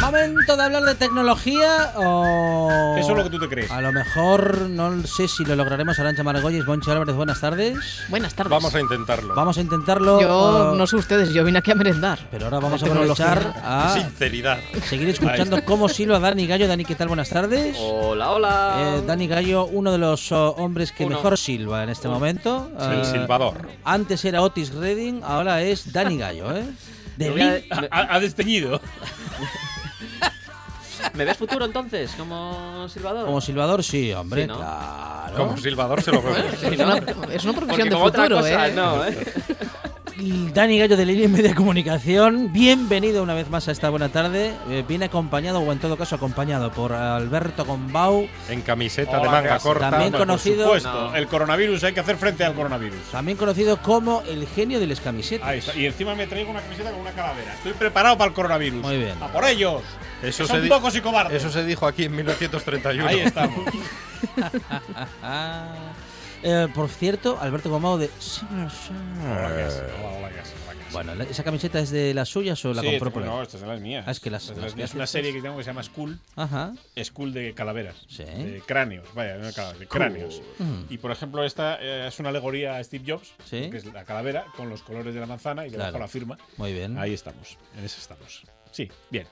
momento de hablar de tecnología o. Eso es lo que tú te crees. A lo mejor no sé si lo lograremos. Arancha Margolles, Moncho Álvarez, buenas tardes. Buenas tardes. Vamos a intentarlo. Vamos a intentarlo. Yo uh, no sé ustedes, yo vine aquí a merendar. Pero ahora vamos a La tecnología. aprovechar Ah. a Sinceridad. seguir escuchando cómo silba Dani Gallo. Dani, ¿qué tal? Buenas tardes. Hola, hola. Eh, Dani Gallo, uno de los oh, hombres que Uno. mejor silba en este momento. Eh, El silbador. Antes era Otis Redding, ahora es Dani Gallo, ¿eh? De Me voy a- mí- me- Ha, ha desteñido. ¿Me ves futuro entonces como silbador? Como silbador, sí, hombre, Sí, ¿no? claro. Como silbador se lo veo. Sí, Es ¿no? una, es una Porque profesión de como otra futuro, cosa, ¿eh? no, ¿eh? Dani Gallo de Línea y Media Comunicación, bienvenido una vez más a esta buena tarde. Eh, viene acompañado, o en todo caso acompañado, por Alberto Gombau, En camiseta Hola, de manga Gas. corta. También Por conocido- supuesto, No. el coronavirus, hay que hacer frente al coronavirus. también conocido como el genio de las camisetas. Ahí está. Y encima me traigo una camiseta con una calavera. Estoy preparado para el coronavirus. Muy bien. ¡A por ellos! Eso Que se son di- pocos y cobardes. Eso se dijo aquí en 1931. Ahí estamos. Ah. Eh, por cierto, Alberto Gombau de Silver Surfer. Hola, Gas. Hola, hola, Gas. Hola, Gas. Bueno, ¿la- ¿esa camiseta es de las suyas o la Sí, compró por ahí? No, estas son las mías. Ah, es que las- Estas son las mías. mías. Es una serie que tengo que se llama School. Ajá. School de calaveras. Sí. Mm. De cráneos. Vaya, no de calaveras, de cráneos. Y por ejemplo, esta eh, es una alegoría a Steve Jobs, Sí. que es la calavera con los colores de la manzana y debajo Claro. Mm. la firma. Muy bien. Ahí estamos, en eso estamos. Sí, bien.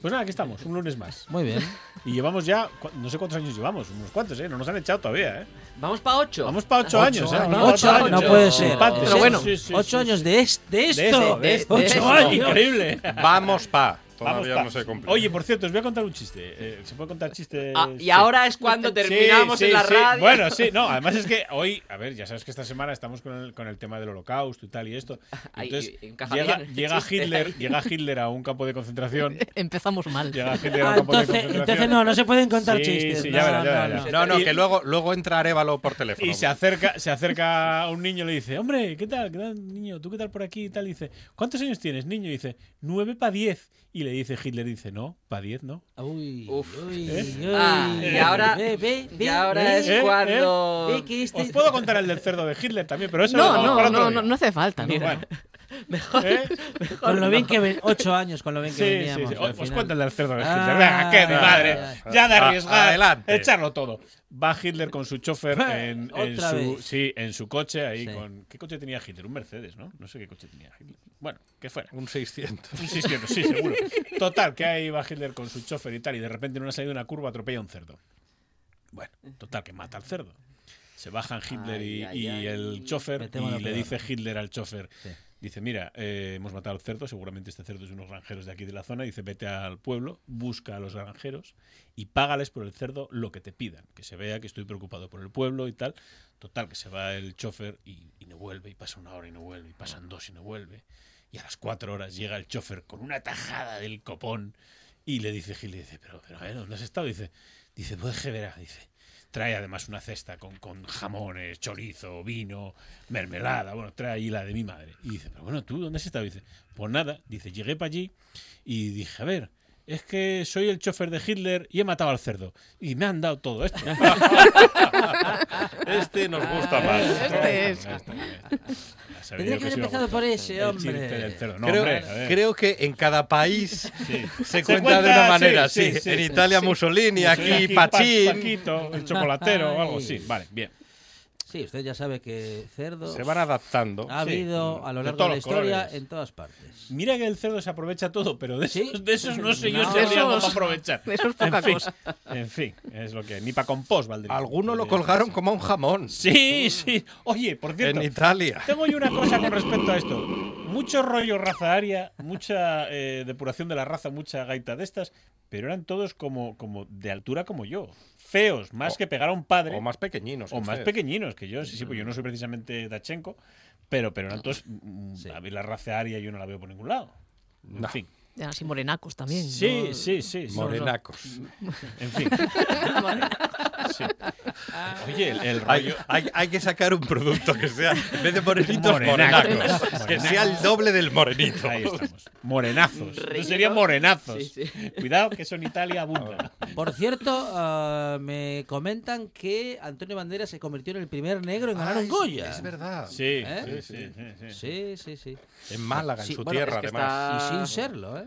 Pues nada, aquí estamos, un lunes más. Muy bien. Y llevamos ya, cu- no sé cuántos años llevamos, unos cuantos, ¿eh? No nos han echado todavía, ¿eh? Vamos para 8. Vamos para ocho, años, ¿eh? Vamos Ocho pa' años, no puede ser. Empate, Pero sí, bueno, sí, sí, Ocho sí. años de, este. es- de este. De esto. de esto, Ocho de esto. años. Increíble. Vamos pa. Vamos Todavía pa. no se cumple. Oye, por cierto, os voy a contar un chiste. Eh, ¿Se puede contar chistes? Ah, y Sí. ahora es cuando terminamos Sí, en la sí, sí. radio. Bueno, sí, no, además es que hoy, a ver, ya sabes que esta semana estamos con el, con el tema del holocausto y tal y esto. Ahí, Entonces, y- y encaja llega, bien el llega chiste Hitler, ahí. llega Hitler a un campo de concentración. Empezamos mal. Llega Hitler a un Ah, campo de entonces, concentración. entonces no, no se pueden contar Sí, chistes. sí, No, ya verás, ya no, verás, ya no. verás. no, no, y- que luego, luego entra Arevalo por teléfono. Y se acerca, se acerca a un niño y le dice, hombre, ¿qué tal? ¿Qué tal, niño? ¿Tú qué tal por aquí? Y tal, y dice, ¿cuántos años tienes, niño? Y dice, nueve para diez. Y le dice Hitler, dice, no, para diez no. Uy, Uf. uy, uy. Ah, y ahora- Ve, ve, Y ve, ahora ve, es ¿Eh? ¿Eh? cuando. ve que este- Os puedo contar el del cerdo de Hitler también, pero eso lo No, dejamos para no, otro no, día. no, no hace falta. ¿no? Bueno, Mejor. ¿eh? Con lo bien que ven, ocho años con lo bien que Sí, sí, veníamos. sí. al Os- Os final. cuento el del cerdo de Ah, Hitler. Venga, que mi ah, madre. ah, Ya de ah, arriesgar. adelante. Echarlo todo. Va Hitler con su chofer en, en Otra su, vez. sí, en su coche. Ahí Sí. con, ¿Qué coche tenía Hitler? Un Mercedes, ¿no? No sé qué coche tenía Hitler. Bueno, que fuera. Un 600. Un 600, sí, seguro. Total, que ahí va Hitler con su chofer y tal. Y de repente en una salida de una curva atropella a un cerdo. Bueno, total, que mata al cerdo. Se bajan Hitler y, Ay, ay, y ay. el chofer Me temo lo y le peor. dice Hitler al chofer, Sí. dice, mira, eh, hemos matado al cerdo, seguramente este cerdo es de unos granjeros de aquí de la zona, dice, vete al pueblo, busca a los granjeros y págales por el cerdo lo que te pidan, que se vea que estoy preocupado por el pueblo y tal. Total, que se va el chofer y, y no vuelve, y pasa una hora y no vuelve, y pasan dos y no vuelve. Y a las cuatro horas llega el chofer con una tajada del copón y le dice Gil, dice, pero, pero a ver, ¿dónde has estado? Dice, dice, pues que verá, dice. Trae además una cesta con, con jamones, chorizo, vino, mermelada, bueno, trae ahí la de mi madre. Y dice, pero bueno, ¿tú dónde has estado? Dice, pues nada, dice, llegué para allí y dije, a ver, es que soy el chofer de Hitler y he matado al cerdo. Y me han dado todo esto. Ah, Este nos gusta más. Este es. Ya sabía Tendría yo que haber se iba a empezado gustar. por ese, El chiste hombre. del cerdo. No, creo, hombre, a ver. creo que en cada país Sí. se cuenta de una manera. Sí, en Italia Mussolini, Sí, aquí Pa- Pachín. Paquito, el chocolatero o algo Ay. así. Vale, bien. Sí, usted ya sabe que cerdo Se van adaptando. ha Sí. Mm. habido a lo De largo de, todos la los historia colores. en todas partes. Mira que el cerdo se aprovecha todo, pero de Sí. esos, de esos no sé yo No, si habría esos- cómo aprovechar. eso es poca en fin, cosa. En fin, es lo que hay. ni para compost valdría. Algunos lo Podría colgaron ser. como a un jamón Sí, sí. Oye, por cierto, en Italia. tengo yo una cosa con respecto a esto. Mucho rollo raza aria, mucha eh, depuración de la raza, mucha gaita de estas, pero eran todos como, como de altura como yo. Feos, más O- que pegar a un padre. O más pequeñinos. O que Mm. más ustedes. pequeñinos que yo, sí, sí, pues yo no soy precisamente Dachenko, pero, pero eran todos. mm, Sí. a ver, la raza aria yo no la veo por ningún lado. En No. fin. Ya, así morenacos también. Sí, ¿no? sí, sí. sí. Morenacos. En fin. Sí. Ah. Oye, el, el Hay, rollo. hay- hay que sacar un producto que sea, en vez de morenitos, Morenacos. morenacos. Que sea el doble del morenito. Ahí estamos. Morenazos. No Rellenos. serían morenazos. Sí, Cuidado, que eso en Italia abunda. Por cierto, ah, me comentan que Antonio Banderas se convirtió en el primer negro en ganar Ay, un Goya. Es verdad. Sí, ¿Eh? sí, sí, sí, sí. Sí, sí, sí. En Málaga, Sí, en su bueno, tierra, es que además. Y está- sin serlo, ¿eh?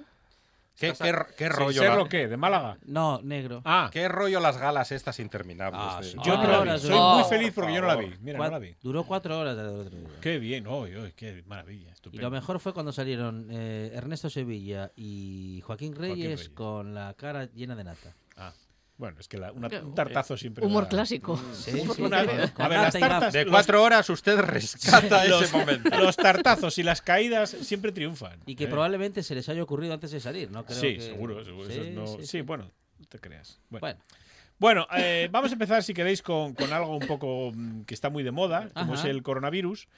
¿Qué, qué, qué ¿Sin rollo ser la- lo qué? ¿De Málaga? No, negro. Ah, qué rollo las galas estas interminables? Ah, de- sí. yo no la vi. Ahora Soy sí. muy feliz porque yo no la vi. Mira, no Cuat- la vi. Duró cuatro horas el otro día. Qué bien, hoy, hoy, qué maravilla. Y Estupendo. lo mejor fue cuando salieron eh, Ernesto Sevilla y Joaquín Reyes, Reyes. con la cara llena de nata. Ah, bueno, es que la- una- un tartazo siempre. Humor da- clásico. Sí, sí. Una- Con a ver, las nata y gafas. tartas. De los- cuatro horas usted rescata los- ese momento. Los tartazos y las caídas siempre triunfan. Y que ¿eh? probablemente se les haya ocurrido antes de salir, ¿no? Creo Sí, que- seguro, seguro. Sí, Eso no- sí, sí, sí. bueno, no te creas. Bueno, Bueno, Bueno, eh, vamos a empezar, si queréis, con, con algo un poco mm, que está muy de moda, como Ajá. es el coronavirus,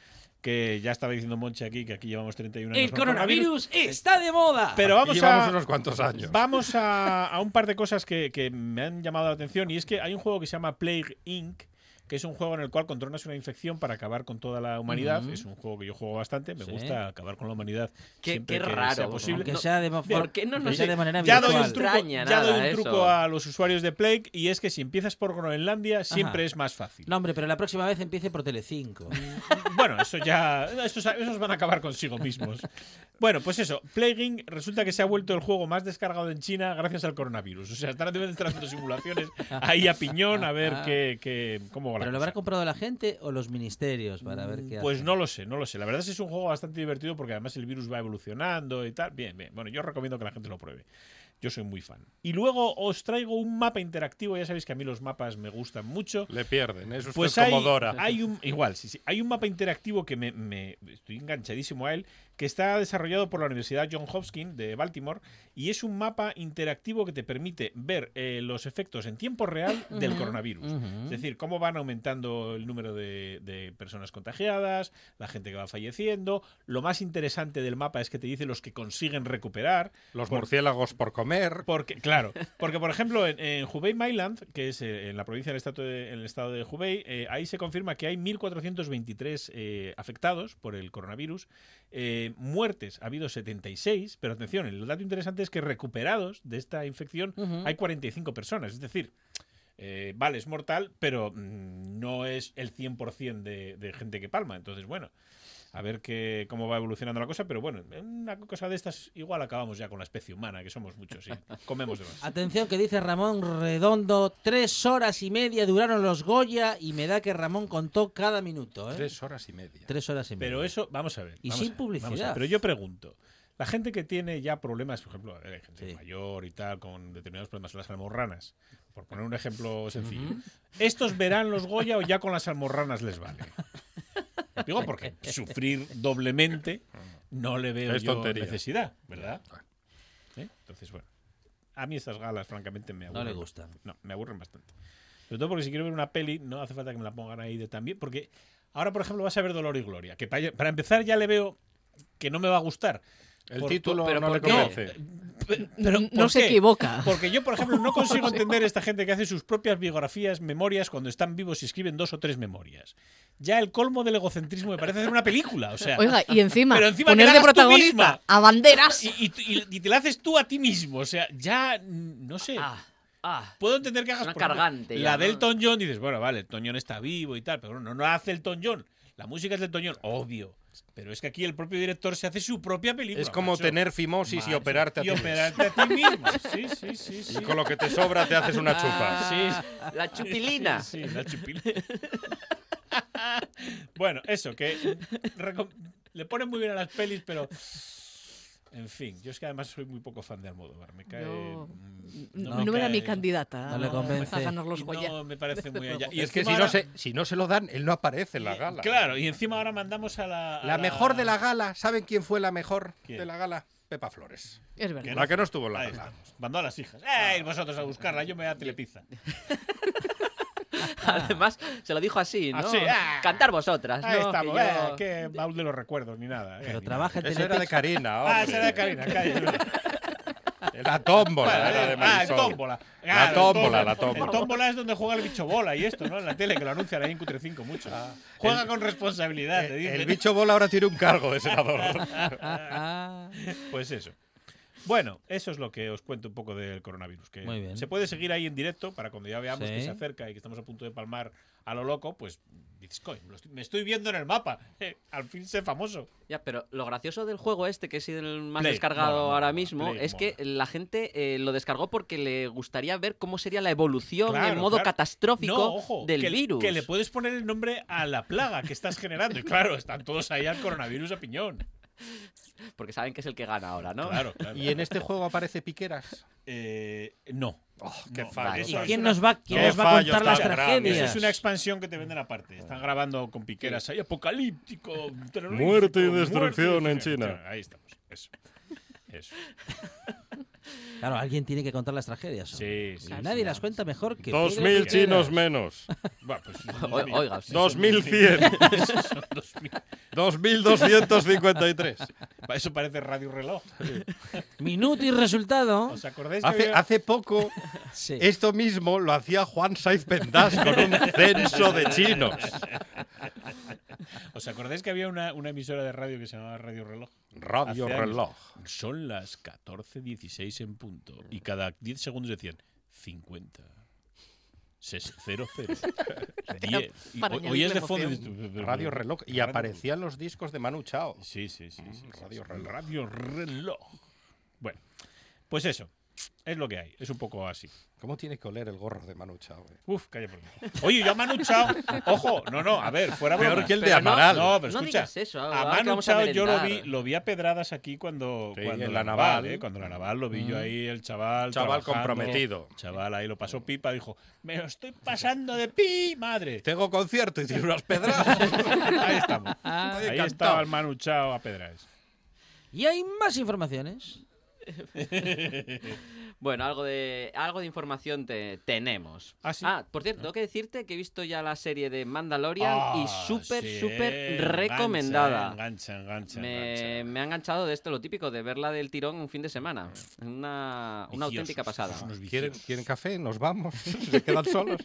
que ya estaba diciendo Monche aquí, que aquí llevamos 31 años. el con coronavirus está de moda. Pero Y vamos llevamos a, unos cuantos años. Vamos a, a un par de cosas que, que me han llamado la atención y es que hay un juego que se llama Plague Inc., que es un juego en el cual controlas una infección para acabar con toda la humanidad. Ujú. Es un juego que yo juego bastante, me Sí. gusta acabar con la humanidad Qué- siempre qué que raro, sea ¿no? posible. Aunque no- sea de, ma- ¿por qué no aunque nos sea de manera Ya doy, virtual. un truco, extraña ya nada doy un eso. truco a los usuarios de Plague y es que si empiezas por Groenlandia siempre es más fácil. No, hombre, pero la próxima vez empiece por Telecinco. Mm. Bueno, eso ya. Esos, esos van a acabar consigo mismos. Bueno, pues eso. Plaguing resulta que se ha vuelto el juego más descargado en China gracias al coronavirus. O sea, están deben estar haciendo simulaciones ahí a piñón a ver qué, qué- cómo va la ¿Pero lo habrá cosa. comprado la gente o los ministerios para ver qué Pues hacen? no lo sé, no lo sé. La verdad es que es un juego bastante divertido porque además el virus va evolucionando y tal. Bien, bien. Bueno, yo recomiendo que la gente lo pruebe. Yo soy muy fan. Y luego os traigo un mapa interactivo. Ya sabéis que a mí los mapas me gustan mucho. Le pierden, es usted Pues hay, como Dora. hay un igual, sí, sí. Hay un mapa interactivo que me, me- estoy enganchadísimo a él, que está desarrollado por la Universidad John Hopkins de Baltimore y es un mapa interactivo que te permite ver eh, los efectos en tiempo real del coronavirus. Mm. Es decir, cómo van aumentando el número de, de personas contagiadas, la gente que va falleciendo. Lo más interesante del mapa es que te dice los que consiguen recuperar. Los por- murciélagos por comer. porque, claro, porque por ejemplo en, en Hubei Mainland, que es eh, en la provincia del estado de, en el estado de Hubei, eh, ahí se confirma que hay 1.423 eh, afectados por el coronavirus. Eh, muertes ha habido 76, pero atención, el dato interesante es que recuperados de esta infección Ujú. hay 45 personas. Es decir, eh, vale, es mortal, pero mm, no es el 100% de, de gente que palma. Entonces, bueno, a ver qué cómo va evolucionando la cosa, pero bueno, en una cosa de estas igual acabamos ya con la especie humana, que somos muchos y comemos de más. Atención que dice Ramón Redondo, tres horas y media duraron los Goya y me da que Ramón contó cada minuto. ¿eh? Tres horas y media. Tres horas y media. Pero eso, vamos a ver. Y vamos sin a ver, vamos a ver. publicidad. Pero yo pregunto, la gente que tiene ya problemas, por ejemplo, a ver, hay gente Sí. mayor y tal, con determinados problemas, las almorranas, por poner un ejemplo sencillo, ¿estos verán los Goya o ya con las almorranas les vale? Digo, porque sufrir doblemente no le veo Es yo tontería. necesidad, ¿verdad? ¿Eh? Entonces, bueno, a mí estas galas, francamente, me no aburren. le gustan. No, me aburren bastante. Sobre todo porque si quiero ver una peli, no hace falta que me la pongan ahí de también. Porque ahora, por ejemplo, vas a ver Dolor y Gloria. Que para, para empezar ya le veo que no me va a gustar. El Por- título pero no ¿por le qué? convence. Pe- pero no ¿por se qué? equivoca. Porque yo, por ejemplo, no consigo entender esta gente que hace sus propias biografías, memorias, cuando están vivos y escriben dos o tres memorias. Ya el colmo del egocentrismo me parece hacer una película. O sea, Oiga, y encima, Pero encima que poner la de hagas tú protagonista misma. a banderas. y, y- y- y te la haces tú a ti mismo. O sea, ya mm, no sé. Ah, ah. Puedo entender que hagas Una por ejemplo, cargante La ya, del ¿no? Elton John dices, bueno, vale, el John está vivo y tal, pero no, no hace el John. La música es del Elton John, obvio. Pero es que aquí el propio director se hace su propia película. Es como macho. tener fimosis y Macho. operarte a ti. Y operarte a ti mismo. Sí, sí, sí. sí. mismo. Y con lo que Ah, te sobra te haces una chupa. Sí, La chupilina. sí, la chupila. Bueno, eso, que recom- le ponen muy bien a las pelis, pero. En fin, yo es que además soy muy poco fan de Almodóvar. Me cae. No, mm, no, era cae- mi candidata No le a- convence. a ganar los y Goya. No, me parece muy allá. Y es que si encima no, ahora- se, si no se lo dan, él no aparece en la gala. Claro, y encima ahora mandamos a la. a La mejor de la gala, ¿saben quién fue la mejor ¿Quién? de la gala? Pepa Flores. Es verdad. Que La que no estuvo en la Ahí gala. estamos. Mandó a las hijas. Ah. ¡Eh! Vosotros a buscarla, yo me voy a Telepizza. Además, se lo dijo así, ¿no? Así, ah. Cantar vosotras, Ahí ¿no? estamos. Que yo- eh, qué baúl de los recuerdos, ni nada. eh, Pero ni trabaja en Eso era de Telepizza. Karina. nada. Ah, hombre. esa era de Karina, calla. La tómbola Bueno, era de eh, Ah, el Marisol. tómbola. La el tómbola, la tómbola. El tómbola es donde juega el bicho bola y esto, ¿no? En la tele, que lo anuncian ahí en Cutre5 mucho. juega con responsabilidad, te Eh, dicen. Ah, El bicho bola ahora tiene un cargo de senador. Ah, Pues eso. Bueno, eso es lo que os cuento un poco del coronavirus. Que Muy bien. Se puede seguir ahí en directo para cuando ya veamos que Sí. se acerca y que estamos a punto de palmar a lo loco, pues dices, "Coño, lo estoy- me estoy viendo en el mapa. Eh, al fin sé famoso. Ya, pero lo gracioso del juego este, que es el más Play, descargado mola, mola, ahora mola, mismo, Play, es que la gente eh, lo descargó porque le gustaría ver cómo sería la evolución en Claro, modo claro. catastrófico No, ojo, del que, virus. Que le puedes poner el nombre a la plaga que estás generando. Y claro, están todos ahí al coronavirus a piñón. Porque saben que es el que gana ahora, ¿no? Claro, claro. Y en este juego aparece Piqueras. Eh, no. qué No, fallo. vale. ¿Y Eso es quién una- nos va, quién Qué nos va a fallo contar tan las grande. tragedias? Esa es una expansión que te venden aparte. Están grabando con piqueras ahí, apocalíptico, terrorífico, Muerte y destrucción muerte y en destrucción. China. Ahí estamos. Eso. Eso. Claro, alguien tiene que contar las tragedias. ¿no? Sí, sí. Y Nadie las cuenta mejor que. Pedro Piqueras. menos. Va, pues, son O- 2000. oiga, Sí, son 2100. 2000. Son 2000. 2253. Eso parece radio reloj. Minuto y resultado. ¿Os acordáis? que Hace, había- hace poco, Sí. esto mismo lo hacía Juan Saiz Pendas con un censo de chinos. ¿Os acordáis que había una, una emisora de radio que se llamaba Radio Reloj? Radio Hace años. Reloj. Son las 14.16 en punto y cada 10 segundos decían 50. 00. 10. Y para hoy- Hoy es añadirle de fondo. Radio Reloj. Y aparecían los discos de Manu Chao. Sí, sí, sí. sí, sí, Radio sí. Reloj. Radio Reloj. Bueno, pues eso. Es lo que hay. Es un poco así. ¿Cómo tiene que oler el gorro de Manu Chao? eh? Uf, calla por Dios. Oye, yo a Manu Chao. Ojo, no, no, a ver, fuera Peor bromas. que el de Pero no, Amaral. No, pero No escucha. digas eso, ahora a Ah, que Manu vamos a Chao yo lo vi, merendar. lo vi a pedradas aquí cuando, Sí, cuando en la Naval. Mm. eh, cuando la Naval lo vi yo ahí, el chaval. Chaval trabajando. comprometido. Chaval ahí lo pasó pipa, dijo: Me lo estoy pasando de pi, madre. Tengo concierto y tiene unas pedradas. Ahí estamos. Estoy Ahí encantado. estaba el Manu Chao a pedradas. Y hay más informaciones. Bueno, algo de, algo de información te- tenemos. Ah, sí. por cierto, tengo que decirte que he visto ya la serie de Mandalorian y Ah, súper, sí, eh, súper engancha, recomendada. Engancha, engancha, me, engancha. me ha enganchado de esto lo típico, de verla del tirón un fin de semana. Una, una Eh. Viciosos, auténtica pasada. son unos ¿Quieren, viciosos. quieren café? Nos vamos. Se quedan solos.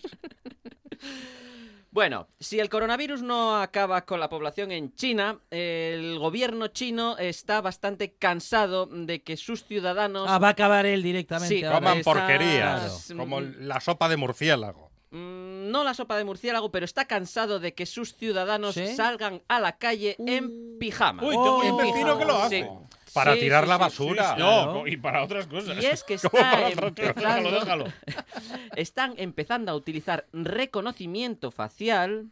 Bueno, si el coronavirus no acaba con la población en China, el gobierno chino está bastante cansado de que sus ciudadanos... Ah, va a acabar él directamente. Sí, ahora. Vamos. Coman Estas- porquerías. Claro. Como la sopa de murciélago. Mm, No la sopa de murciélago, pero está cansado de que sus ciudadanos ¿Sí? Uh. salgan a la calle en pijama. Uy, tengo Oh, un vecino que lo hace. Sí. Para Sí, tirar sí, la sí, basura. Claro. No, y para otras cosas. Y es que ¿Cómo para está otro? empezando, Déjalo, déjalo. están empezando a utilizar reconocimiento facial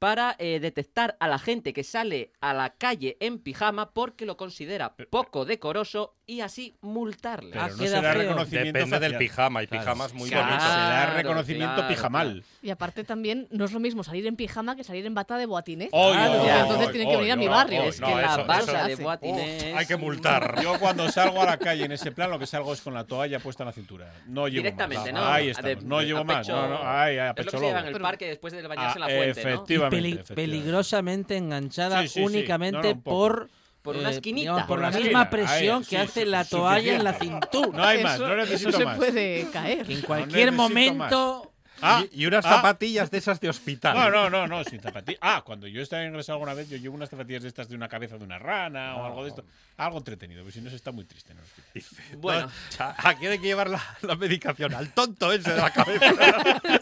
para eh, detectar a la gente que sale a la calle en pijama porque lo considera poco decoroso y así multarle. Pero Ah, no queda será feo. reconocimiento Depende del facial. pijama. Hay Claro. pijamas muy Claro. bonitos. Será Claro, reconocimiento claro, pijamal. Y aparte también no es lo mismo salir en pijama que salir en bata de boatiné. Oy, Claro, oy, ya. oy, Entonces oy, tienen que venir a mi oy, barrio. oy, Ah, es no, que la eso- balsa eso- de Boatín Uf, es- hay que multar. Yo cuando salgo a la calle en ese plan, lo que salgo es con la toalla puesta en la cintura. No llevo Directamente, más. ¿no? Ah, Ahí A estamos. de- No a llevo más. pecho- No, no. Ay, ay, a Es lo pecho que se lleva en lobo. el parque después de bañarse Ah, en la fuente, ¿no? Y efectivamente, peli- efectivamente. peligrosamente enganchada Sí, sí, sí. únicamente No, no, un poco. por. eh, Por una esquinita. digamos, por, Por la una misma esquina. Ahí, presión sí, que hace sí, la toalla en la suficiente. cintura. No hay más, Eso- no necesito eso se más. puede caer. Que en No cualquier necesito momento. Ah, Y, y unas ah. zapatillas de esas de hospital. No, no, no, no, sin zapatillas. Ah, cuando yo estaba ingresado alguna vez, yo llevo unas zapatillas de estas de una cabeza de una rana o algo de esto. Algo entretenido, porque si no se está muy triste. ¿no? Bueno, ¿A quién hay que llevar la, la medicación? Al tonto ese de la cabeza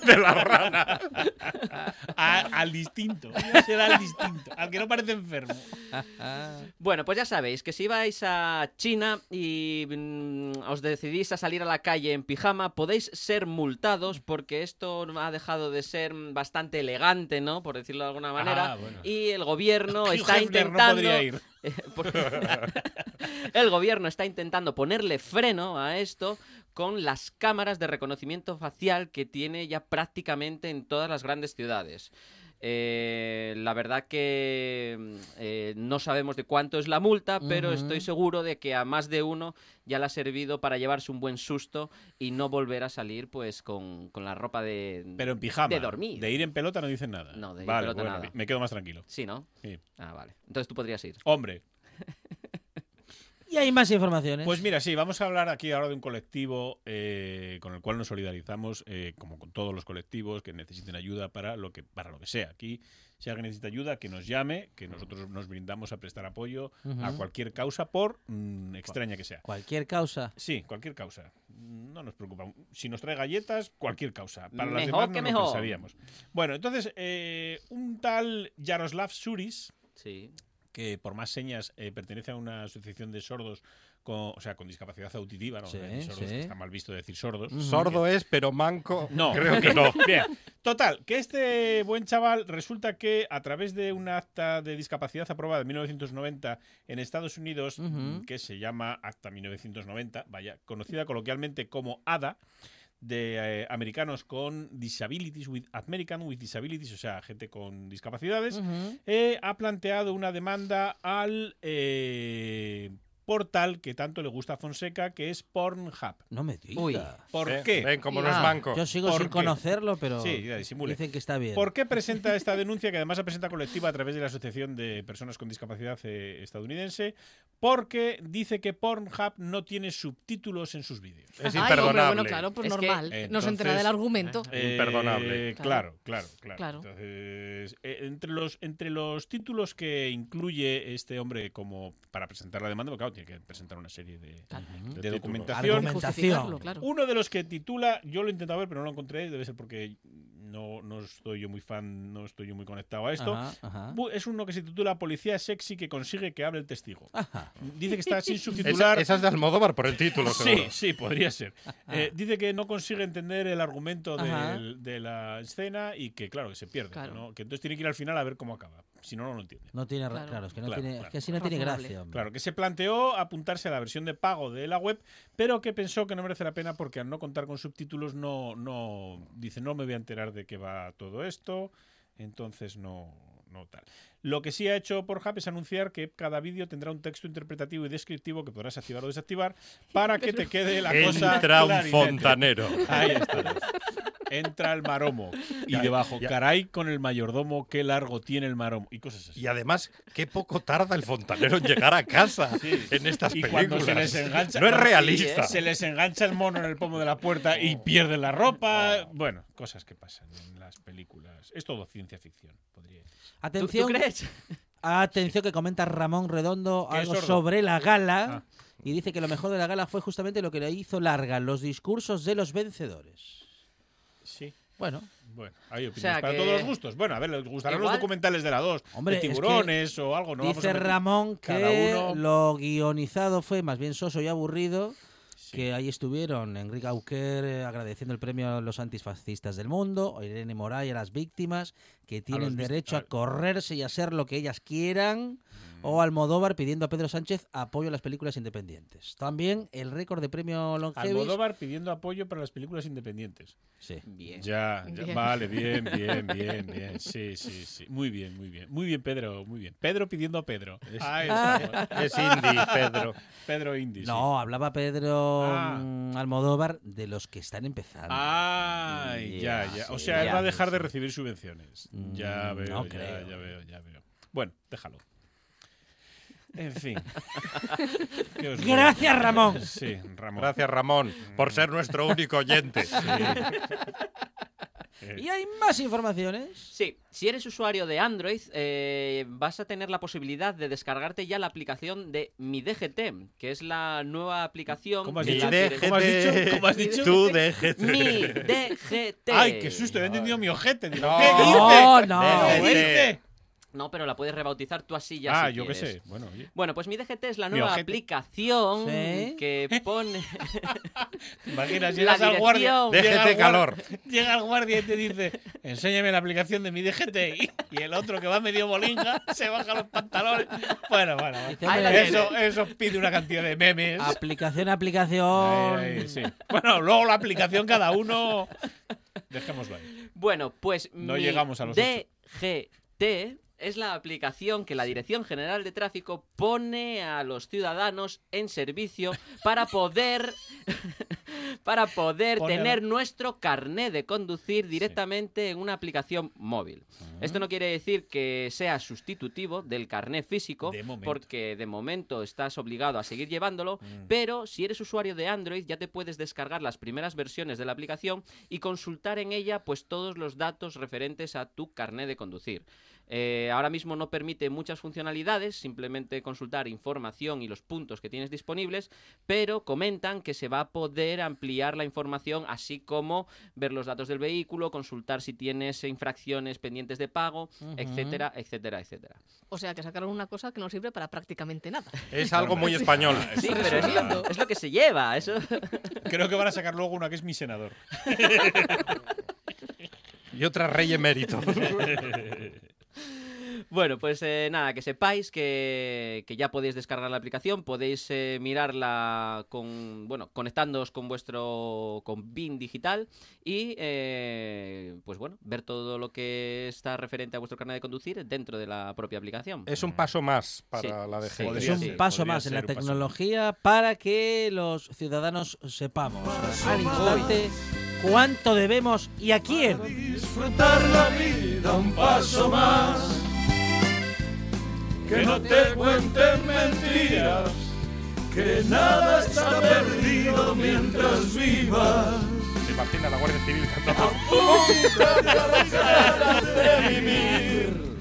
de la rana. A- al distinto. Será al distinto. Al que no parece enfermo. Bueno, pues ya sabéis que si vais a China y mm, os decidís a salir a la calle en pijama, podéis ser multados porque esto esto ha dejado de ser bastante elegante, ¿no? Por decirlo de alguna manera. Ah, bueno. Y el gobierno Hugh está Hefner intentando. No podría ir. Por- el gobierno está intentando ponerle freno a esto con las cámaras de reconocimiento facial que tiene ya prácticamente en todas las grandes ciudades. Eh, la verdad que mm, eh, no sabemos de cuánto es la multa, pero Ujú. estoy seguro de que a más de uno ya le ha servido para llevarse un buen susto y no volver a salir pues con, con la ropa de... Pero en pijama. De dormir. De ir en pelota no dicen nada. No, de ir en Vale, pelota bueno, nada. me quedo más tranquilo. Sí, ¿no? Sí. Ah, vale. Entonces tú podrías ir. Hombre, Y hay más ¿eh? informaciones. Pues mira, sí, vamos a hablar aquí ahora de un colectivo eh, con el cual nos solidarizamos, eh, como con todos los colectivos que necesiten ayuda para lo que para lo que sea. Aquí, si alguien necesita ayuda, que nos llame, que nosotros nos brindamos a prestar apoyo a Ujú. cualquier causa, por mm, extraña que sea. Cualquier causa. Sí, cualquier causa. No nos preocupa. Si nos trae galletas, cualquier causa. Para las Mejor demás que no nos mejor. pensaríamos. Bueno, entonces, eh, un tal Yaroslav Suris, Sí. que por más señas eh, pertenece a una asociación de sordos con, o sea, con discapacidad auditiva, no Sí, Decir sordos, sí. que está mal visto decir sordos. Sordo es, pero manco. No, creo que no. Bien. Total, que este buen chaval resulta que a través de un acta de discapacidad aprobada en 1990 en Estados Unidos, Ujú. que se llama Acta 1990, vaya, conocida coloquialmente como ADA, de eh, americanos con disabilities, with American with disabilities, o sea, gente con discapacidades, Ujú. eh, ha planteado una demanda al eh, portal que tanto le gusta a Fonseca, que es Pornhub. No me digas. Uy. ¿Por Eh, qué? Ven, como no Ah, es manco. Yo sigo ¿Por sin qué? conocerlo, pero Sí, ya disimule. dicen que está bien. ¿Por qué presenta esta denuncia, que además la presenta colectiva a través de la Asociación de Personas con Discapacidad eh, estadounidense? Porque dice que Pornhub no tiene subtítulos en sus vídeos. Es Ay, imperdonable. hombre, bueno, claro, pues Es que, normal. Nos entonces, entera del argumento. Imperdonable. Eh, Claro, claro, claro. Claro. Entonces, eh, entre, los, entre los títulos que incluye este hombre como para presentar la demanda, porque claro, tiene que presentar una serie de, Claro. de títulos. documentación. Argumentación. Justificarlo, claro. Uno de los que titula, yo lo he intentado ver, pero no lo encontré, debe ser porque no, no estoy yo muy fan, no estoy yo muy conectado a esto. Ajá, ajá. Bu- Es uno que se titula Policía sexy que consigue que hable el testigo. Ajá. Dice que está sin Esa, subtitular. esa es de Almodóvar por el título, Sí, seguro. sí, podría ser. Eh, dice que no consigue entender el argumento Ajá. del- de la escena y que, claro, que se pierde. Claro. ¿no? Que entonces tiene que ir al final a ver cómo acaba. Si no, no lo entiende. No tiene ra- Claro. claro, es que no Claro, tiene, es claro. que así no tiene Razonable. gracia, hombre. Claro, que se planteó apuntarse a la versión de pago de la web, pero que pensó que no merece la pena porque al no contar con subtítulos no, no dice no me voy a enterar de qué va todo esto, entonces no, no tal. Lo que sí ha hecho Pornhub es anunciar que cada vídeo tendrá un texto interpretativo y descriptivo que podrás activar o desactivar para que te quede la cosa Entra un clarinete. fontanero. Ahí estamos. Entra el maromo y Ya, debajo, ya. caray con el mayordomo, qué largo tiene el maromo y cosas así. Y además, qué poco tarda el fontanero en llegar a casa en estas Y películas. cuando se les engancha. no es realista. Se les engancha el mono en el pomo de la puerta y pierden la ropa. Bueno, cosas que pasan en las películas. Es todo ciencia ficción, podría decir. ¿Tú, Atención, tú crees? atención que comenta Ramón Redondo Que es algo sordo. sobre la gala Ah. y dice que lo mejor de la gala fue justamente lo que le hizo larga, los discursos de los vencedores. Sí. Bueno, Bueno, hay opiniones sea para que- todos los gustos. Bueno, a ver, les gustarán los Igual- documentales de la 2, Hombre, de es que tiburones o algo. No vamos a dice meter- Ramón cada que uno. lo guionizado fue más bien soso y aburrido. Sí. Que ahí estuvieron Enrique Auquer eh, agradeciendo el premio a los antifascistas del mundo, o Irene Moray a las víctimas que tienen los Mm. víct- derecho a a- correrse y a ser lo que ellas quieran, o Almodóvar pidiendo a Pedro Sánchez apoyo a las películas independientes. También el récord de premio Longevis. Almodóvar pidiendo apoyo para las películas independientes. Sí. Bien. Ya, ya, Bien. vale, bien, bien, bien, bien. Sí, sí, sí. Muy bien, muy bien. Muy bien, Pedro, muy bien. Pedro pidiendo a Pedro. Ahí estamos. Es indie, Pedro. Pedro Indy. sí. No, hablaba Pedro Ah. mm, Almodóvar de los que están empezando. Ay, Ya, ya, ya. O sí, sea, él ya, va a dejar de sí. recibir subvenciones. Mm, Ya veo, no ya, creo. ya veo, ya veo. Bueno, déjalo. En fin. ¿Qué os voy a Gracias, decir? Ramón. Sí, Ramón. Gracias, Ramón, por ser nuestro único oyente. Eh, Y hay más informaciones. Sí, si eres usuario de Android, eh, vas a tener la posibilidad de descargarte ya la aplicación de Mi DGT, que es la nueva aplicación. ¿Cómo has de Mi dicho? la que- ¿Cómo has dicho? ¿Cómo has dicho? Tú déjete. Mi DGT. eh. Ay, qué susto, he entendido mi ojete. Digo, No. ¿Qué dice? No, no. ¿Qué Déjete. dice? No, pero la puedes rebautizar tú así ya. ah, si yo qué quieres. sé. Bueno, oye. Bueno, pues mi DGT es la Mi nueva ojete. aplicación Sí. que pone. Imaginas, La llegas al guardia. dirección. llega Déjete al guar- calor. Llega el guardia y te dice, enséñame la aplicación de mi DGT. Y, y el otro que va medio bolinga se baja los pantalones. Bueno, bueno. bueno. Dice, hombre, Ahí Eso, eso pide una cantidad de memes. Aplicación, aplicación. Ahí, ahí, sí. Bueno, luego la aplicación cada uno. Dejémoslo ahí. Bueno, pues No mi llegamos a los ocho. DGT es la aplicación que la Dirección General de Tráfico pone a los ciudadanos en servicio para poder para poder Poner- tener nuestro carné de conducir directamente en una aplicación móvil. Esto no quiere decir que sea sustitutivo del carné físico, De momento. porque de momento estás obligado a seguir llevándolo, Mm. pero si eres usuario de Android ya te puedes descargar las primeras versiones de la aplicación y consultar en ella pues todos los datos referentes a tu carné de conducir. Eh, ahora mismo no permite muchas funcionalidades, simplemente consultar información y los puntos que tienes disponibles, pero comentan que se va a poder ampliar la información, así como ver los datos del vehículo, consultar si tienes infracciones pendientes de pago, Ujú. etcétera, etcétera, etcétera. O sea, que sacaron una cosa que no sirve para prácticamente nada. Es algo muy Sí. español. Ah, Sí, eso pero Pues es una- lo, es lo que se lleva, eso. Creo que van a sacar luego una que es mi senador. Y otra rey emérito. Bueno, pues eh, nada, que sepáis que, que ya podéis descargar la aplicación, podéis eh, mirarla con, bueno, conectándoos con vuestro, con BIN digital y, eh, pues bueno, ver todo lo que está referente a vuestro canal de conducir dentro de la propia aplicación. Eh, Es un paso más Sí, para la sí. DGT. Es Podría un ser, paso podría más en la ser un paso tecnología para que los ciudadanos sepamos al instante cuánto debemos y a quién. Disfrutar la vida un paso más. Que no te cuenten mentiras. Que nada está perdido mientras vivas. Se imagina la Guardia Civil cantando. Apúntate a las ganas de vivir.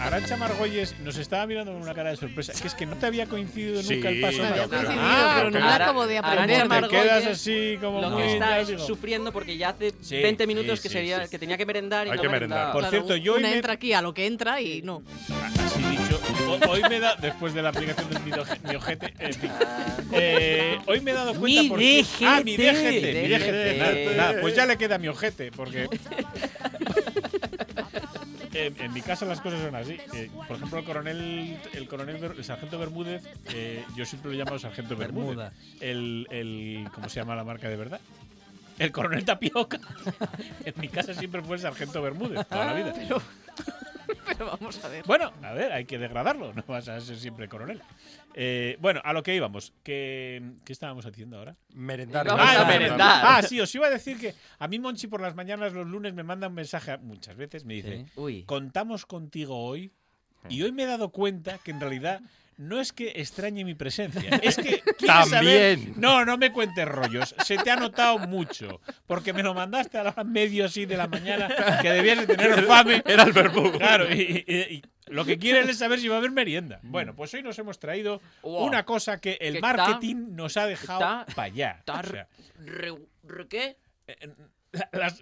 Arancha Margolles nos estaba mirando con una cara de sorpresa. Que es que no te había coincidido nunca Sí, el paso. no, más. había pero- coincidido, Ah, pero no ok. la Ara- acabo de Arancha aprender. Te Margolles, quedas así como Lo muy que está es tal, digo. sufriendo porque ya hace Sí, 20 sí, minutos que, sí, sería, sí, sí. que tenía que merendar y Hay no que ha merendar. merendado. Por cierto, yo hoy una me- entra aquí a lo que entra y no. Así dicho, ho- hoy me da, después de la aplicación del mi, doje- mi ojete, en fin. Eh, hoy me he dado cuenta Mi por qué- Ah, mi DGT. DGT, mi DGT. DGT. Nada, nada, pues ya le queda mi ojete, porque. En, en mi casa las cosas son así. Eh, por ejemplo, el coronel, el coronel, Ber- el sargento Bermúdez, eh, yo siempre lo llamo sargento Bermúdez. Bermuda. El, el, ¿cómo se llama la marca de verdad? El coronel Tapioca. en mi casa siempre fue el sargento Bermúdez toda la vida. Pero vamos a ver. Bueno, a ver, hay que degradarlo, no vas a ser siempre coronel. Eh, bueno, a lo que íbamos, que, ¿qué estábamos haciendo ahora? Merendar. Vamos Ah, a el- merendar. Ah, sí, os iba a decir que a mí Monchi por las mañanas, los lunes, me manda un mensaje, muchas veces me dice, Uy. contamos contigo hoy, y hoy me he dado cuenta que en realidad no es que extrañe mi presencia, es que quiere saber- También. No, no me cuentes rollos, se te ha notado mucho, porque me lo mandaste a las medio así de la mañana, que debías de tener fame. Era el verbo. Claro, y, y- y lo que quieren es saber si va a haber merienda. Bueno, pues hoy nos hemos traído Wow. una cosa que el Que está- marketing nos ha dejado está- para allá. está O sea, re- re- ¿Qué? eh, las-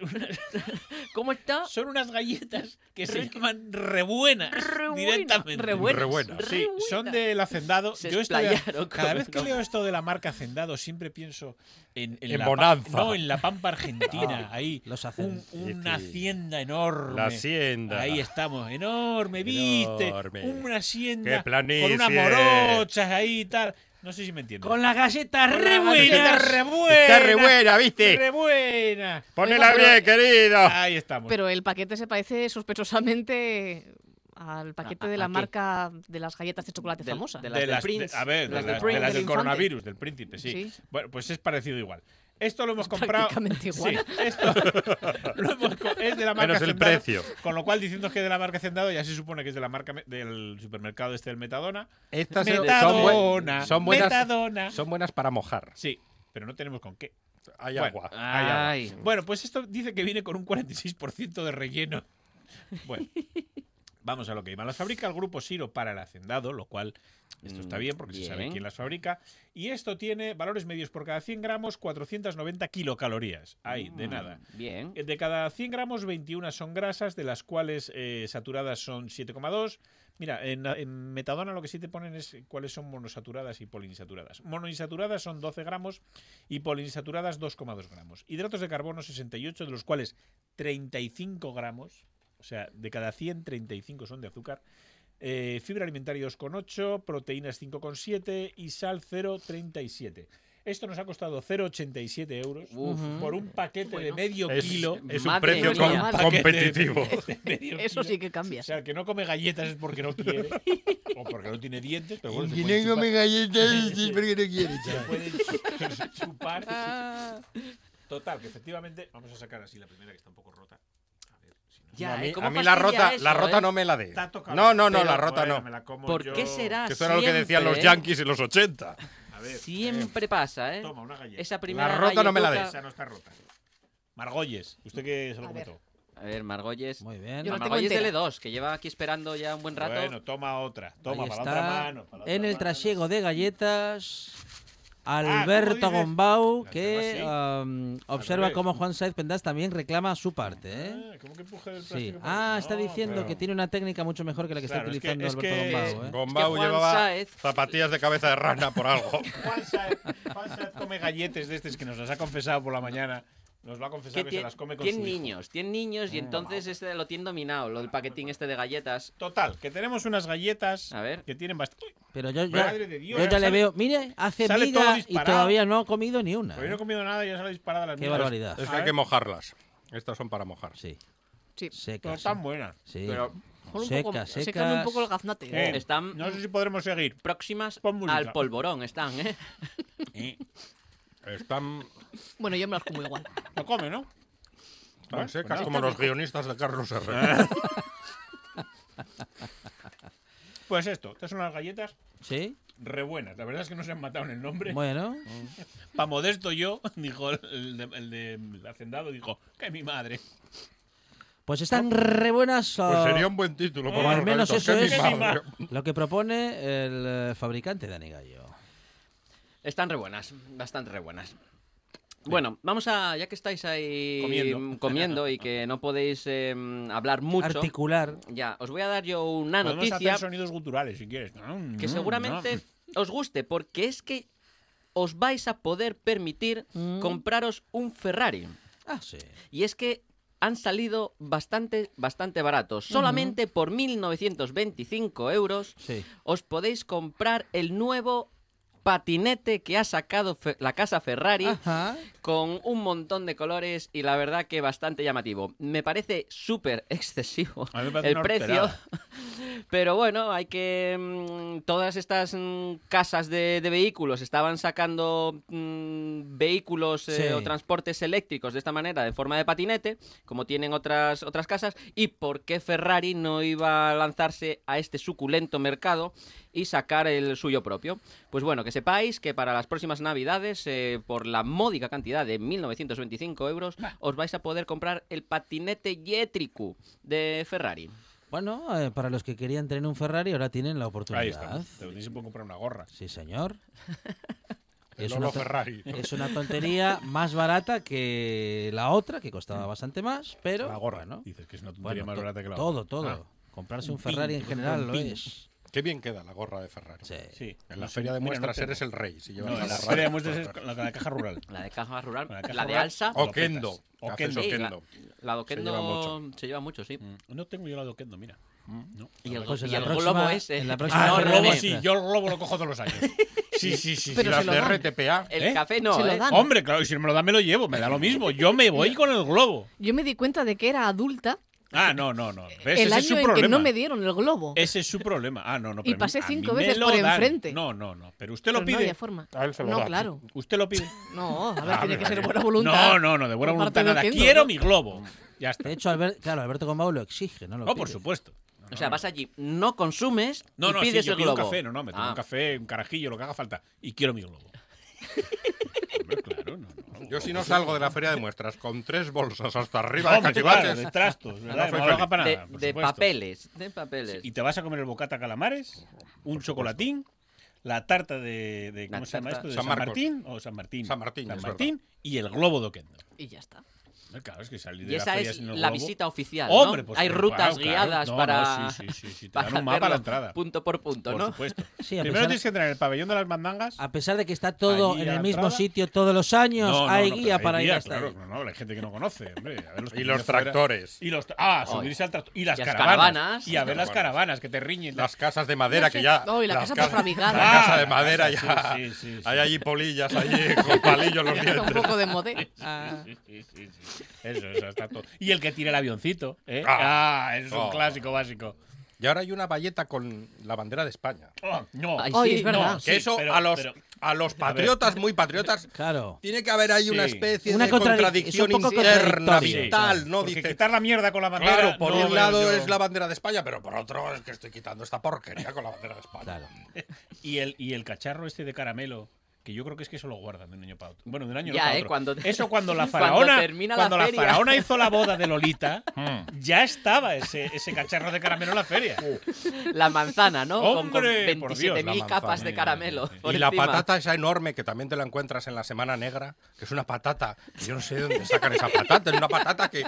¿Cómo está? son unas galletas que se llaman rebuenas Rebuena, directamente. rebuena. Rebuena. Sí, Rebuena. son del hacendado. Se Yo esto de- explayaron con cada el vez que nombre. leo esto de la marca hacendado siempre pienso en, En la pa- Bonanza. No, en la pampa argentina, Ah, ahí Los un- hacen. una hacienda enorme. La hacienda. Ahí estamos, enorme, viste. Enorme. Una Qué hacienda con planicie. unas morochas ahí y tal. No sé si me entiendes. Con las galletas re Está buenas. re buena. Está re buena, ¿viste? re buena. Ponela bien, querido. Ahí estamos. Pero el paquete se parece sospechosamente al paquete ¿A- a de la qué? marca de las galletas de chocolate Del- famosa. de la- de del las, Prince, de- a ver, de de las las, del de Prince, las del del infante. coronavirus, del príncipe, sí. Sí. Bueno, pues es parecido igual. Esto lo hemos comprado. prácticamente igual. Sí, esto lo hemos co- es de la marca Menos el Hacendado, precio. Con lo cual, diciendo que es de la marca Hacendado, ya se supone que es de la marca me- del supermercado este del Metadona. Estas son, buen- Metadona. son buenas, Metadona. son buenas para mojar. Sí, pero no tenemos con qué. Hay Bueno. agua. ah, Hay agua. Ay. Bueno, pues esto dice que viene con un 46% de relleno. Bueno. Vamos a lo que iba. Las fabrica el grupo Siro para el hacendado, lo cual esto está Mm, bien porque se sabe bien. quién las fabrica. Y esto tiene valores medios por cada 100 gramos, 490 kilocalorías. Ay, de Mm, nada. Bien. Eh, Eh, De cada 100 gramos, 21 son grasas, de las cuales eh, saturadas son 7,2. Mira, en, en Metadona lo que sí te ponen es cuáles son monosaturadas y poliinsaturadas. Monoinsaturadas son 12 gramos y poliinsaturadas 2,2 gramos. Hidratos de carbono 68, de los cuales 35 gramos, o sea, de cada 100, 35 son de azúcar. Eh, fibra alimentaria 2,8, proteínas 5,7 y sal 0,37. Esto nos ha costado 0,87 euros Uf. por un paquete de Bueno. medio Es, kilo. es un Madre precio mía. com- Madre. competitivo. de medio Eso kilo. sí que O cambia. sea, el que no come galletas es porque no quiere o porque no tiene dientes, pero bueno, se Si puede no come chupar. galletas, es porque no quiere. Se chaval. puede chu- chupar. Ah. Total, que efectivamente vamos a sacar así la primera que está un poco rota. A ver si no. Ya, a ¿eh? mí, ¿Cómo a mí la fastidia rota, eso, la rota eh? no me la dé. Está tocada, No, no, no, pero la rota bueno, no. me la como ¿Por yo. qué será Que eso era lo que decían los siempre, eh? yankees en los 80. A ver, Siempre pasa, eh, ¿eh? toma una galleta. Esa primera rota no me la galletuca- Esa no está rota. Margolles, ¿usted qué se lo A ver. comentó? A ver, Margolles. Muy bien. Yo la A tengo Margolles de entera. L2, que lleva aquí esperando ya un buen rato. Bueno, toma otra. Toma, Ahí para está, la otra mano. para la otra en el mano. trasiego de galletas, Ah, ¿cómo Alberto dices? Gombau, La que llama um, observa revés. cómo Juan Saez Pendas también reclama su parte. ¿eh? Ah, ¿Cómo que empuja el Sí. plástico? por- Ah, está No, diciendo pero- que tiene una técnica mucho mejor que la que Claro, está es que- utilizando es Alberto que- Gombau. ¿eh? Gombau Juan llevaba Sáez- zapatillas de cabeza de rana por algo. Juan Saez, Juan Saez come galletes de estos que nos las ha confesado por la mañana. Nos lo ha que confesado que se tiene, las come con tiene su hijo. niños, tiene niños y entonces este lo tiene dominado, lo del paquetín este de galletas. Total, que tenemos unas galletas A ver. que tienen bastante. Pero yo, yo- Madre de Dios, yo ya ahora le sale- veo, mire, hace sale todo vida y disparado. todavía no ha comido ni una. Pero yo no ¿eh? he comido nada y ya se disparada las Qué mías. barbaridad. Es que hay que mojarlas. Estas son para mojar. Sí, Sí. No secas. están buenas. Sí. Pero Con un Secas, poco, secas. secando un poco el gaznate. Eh, Oh, Están- No sé si podremos seguir. próximas Pon música. al polvorón están, ¿eh? Están, Bueno, yo me las como igual. Lo come, ¿no? están Bueno, secas pues nada. como los guionistas de Carlos Herrera. Pues esto, estas son las galletas Sí, rebuenas. La verdad es que no se han matado en el nombre. bueno. Pa' modesto yo, dijo el de, el de- el hacendado, dijo, que mi madre. Pues están re buenas. Pues ah, sería un buen título. o para al los menos galletas. eso Qué es mi mimado, madre. tío. lo que propone el eh, fabricante Dani Gallo. Están re buenas, bastante re buenas. Bueno, vamos a, ya que estáis ahí Comiendo. mm, comiendo y que no podéis eh, hablar mucho, Articular. ya, os voy a dar yo una Podemos noticia hacer sonidos guturales si quieres. que Mm, seguramente os guste, porque es que os vais a poder permitir compraros un Ferrari. Ah, sí. Y es que han salido bastante, bastante baratos. Solamente por 1.925 euros Sí. os podéis comprar el nuevo patinete que ha sacado Fe- la casa Ferrari Ajá. con un montón de colores y la verdad que bastante llamativo. Me parece súper excesivo A mí me parece el una precio. horterada. Pero bueno, hay que... mm, todas estas mm, casas de, de vehículos estaban sacando mm, vehículos eh, Sí. o transportes eléctricos de esta manera, de forma de patinete, como tienen otras, otras casas. ¿Y por qué Ferrari no iba a lanzarse a este suculento mercado y sacar el suyo propio? Pues bueno, que sepáis que para las próximas navidades, eh, por la módica cantidad de 1.925 euros, os vais a poder comprar el patinete Yetricu de Ferrari. Bueno, eh, para los que querían tener un Ferrari, ahora tienen la Ahí oportunidad. está. Te lo tienes que comprar una gorra. Sí, señor. El Es Lolo una eh. to- Ferrari. Es una tontería más barata que la otra, que costaba bastante más, pero. La gorra, bueno, ¿no? Dices que es una bueno, tontería más to- barata que la Todo, otra. todo. Ah, Comprarse Un un Ferrari pin, en que fuera general un lo pin. es. Qué bien queda la gorra de Ferrari. Sí. sí. En la No sé, feria de mira, no muestras tengo. eres el rey. Si llevas No, la en la gorra feria de de muestras es Ferrari. la de la caja rural. La de caja rural, La la, de Caja de Rural. Alsa. Oh, Oquendo. Oquendo. Haces Sí, la, Oquendo. la de lleva Oquendo mucho. se lleva mucho, sí. No tengo yo la de Oquendo, mira. No. Y el, Pues en y la el próxima- globo ese. en la próxima Ah, No, el reunión. globo René, sí, yo el globo lo cojo todos los años. Sí, sí, sí. Y sí. las se lo dan. de RTPA. El ¿Eh? café no, Se lo ¿eh? dan. Hombre, claro, y si no me lo dan, me lo llevo, me da lo mismo. Yo me voy con el globo. Yo me di cuenta de que era adulta Ah, no, no, no. ¿Ves? el Ese es su año en que problema. no me dieron el globo. Ese es su problema. Ah, no, no. Y pero a mí- pasé a mí cinco me veces lo por dan. enfrente. No, no, no. Pero usted lo Pero no pide. había forma. A él se lo no, da. claro. Usted lo pide. No, a ver, Ah, tiene me que ser parece. buena voluntad. No, no, no, de buena Por voluntad parte de nada. Oquendo, Quiero ¿no? mi globo. Ya está. De hecho, Albert- claro, Alberto Gombau lo exige, ¿no? Lo No, por pide. supuesto. No, O sea, no, vas allí, no consumes No, y no, sí, pides yo el pido globo. un café, no, no, me tomo Ah, un café, un carajillo, lo que haga falta. Y quiero mi globo. Hombre, claro, no, no. Yo si no salgo de la feria de muestras con tres bolsas hasta arriba de cachivaches, de trastos, ¿verdad? No soy No lo haga feliz. ah, para de, nada, por de supuesto. papeles. Oh, De papeles. Y te vas a comer el bocata calamares, un chocolatín, la tarta de, de- La ¿cómo se llama esto? tarta. De San San, Marcos. Martín o San Martín. San Martín, es Martín y el globo de Oquendo. Y ya está. Claro, es que salir de Y la esa feria es sin el la globo- visita oficial. ¿no? Hombre, pues Hay claro, rutas claro, guiadas no, no, para. sí, sí, sí, sí, te para dan un mapa a verlo la entrada. Punto por punto, por ¿no? supuesto. Sí, a Primero pesar- tienes que entrar en el pabellón de las mandangas. A pesar de que está todo Allí en a el la mismo entrada. sitio todos los años, No, no, hay no, pero guía hay para ir guía, hasta claro, ahí. no, no, hay gente que no conoce, hombre. A ver, los y los pequeños fuera. tractores, Y los tra- ah, Oye. subirse al tractor. Y las Y las caravanas. caravanas. Y a ver las Caravanas. caravanas que te riñen. las casas de madera No sé. que ya. No, y la las casa casas- prefabricada. La casa de Ah, madera sí, ya. sí, sí, sí. Hay allí polillas, allí con palillos los Está un dientes. poco de modé. Ah. Sí, sí, sí, sí. Eso, eso, está todo. Y el que tira el avioncito. ¿eh? Ah. Ah, eso es un Oh. clásico básico. Y ahora hay una valleta con la bandera de España. Oh, no. Ay, Ay, sí, es no. verdad. no, Ah, Que Sí, eso pero- a los pero- a los patriotas, muy patriotas, Claro. tiene que haber ahí una Sí. especie Una de contradic- contradicción es un poco interna, contradictorio. vital, Sí, ¿no? porque Dice, quitar la mierda con la bandera. Claro, por no un veo lado yo. es la bandera de España, pero por otro es que estoy quitando esta porquería con la bandera de España. Claro. Y el, y el cacharro este de caramelo, que yo creo que es que eso lo guardan de un año para otro. Bueno, de un año Ya, no para eh, otro. cuando- Eso cuando la cuando faraona, termina la cuando la, feria. Hmm. faraona hizo la boda de Lolita, ya estaba ese, ese cacharro de caramelo en la feria. Uh, La manzana, ¿no? Con- con Hombre, por Dios, la 27.000 capas manzana. de caramelo. por Y la encima. patata esa enorme que también te la encuentras en la Semana Negra, que es una patata. que Yo no sé de dónde sacan esa patata. Es una patata que,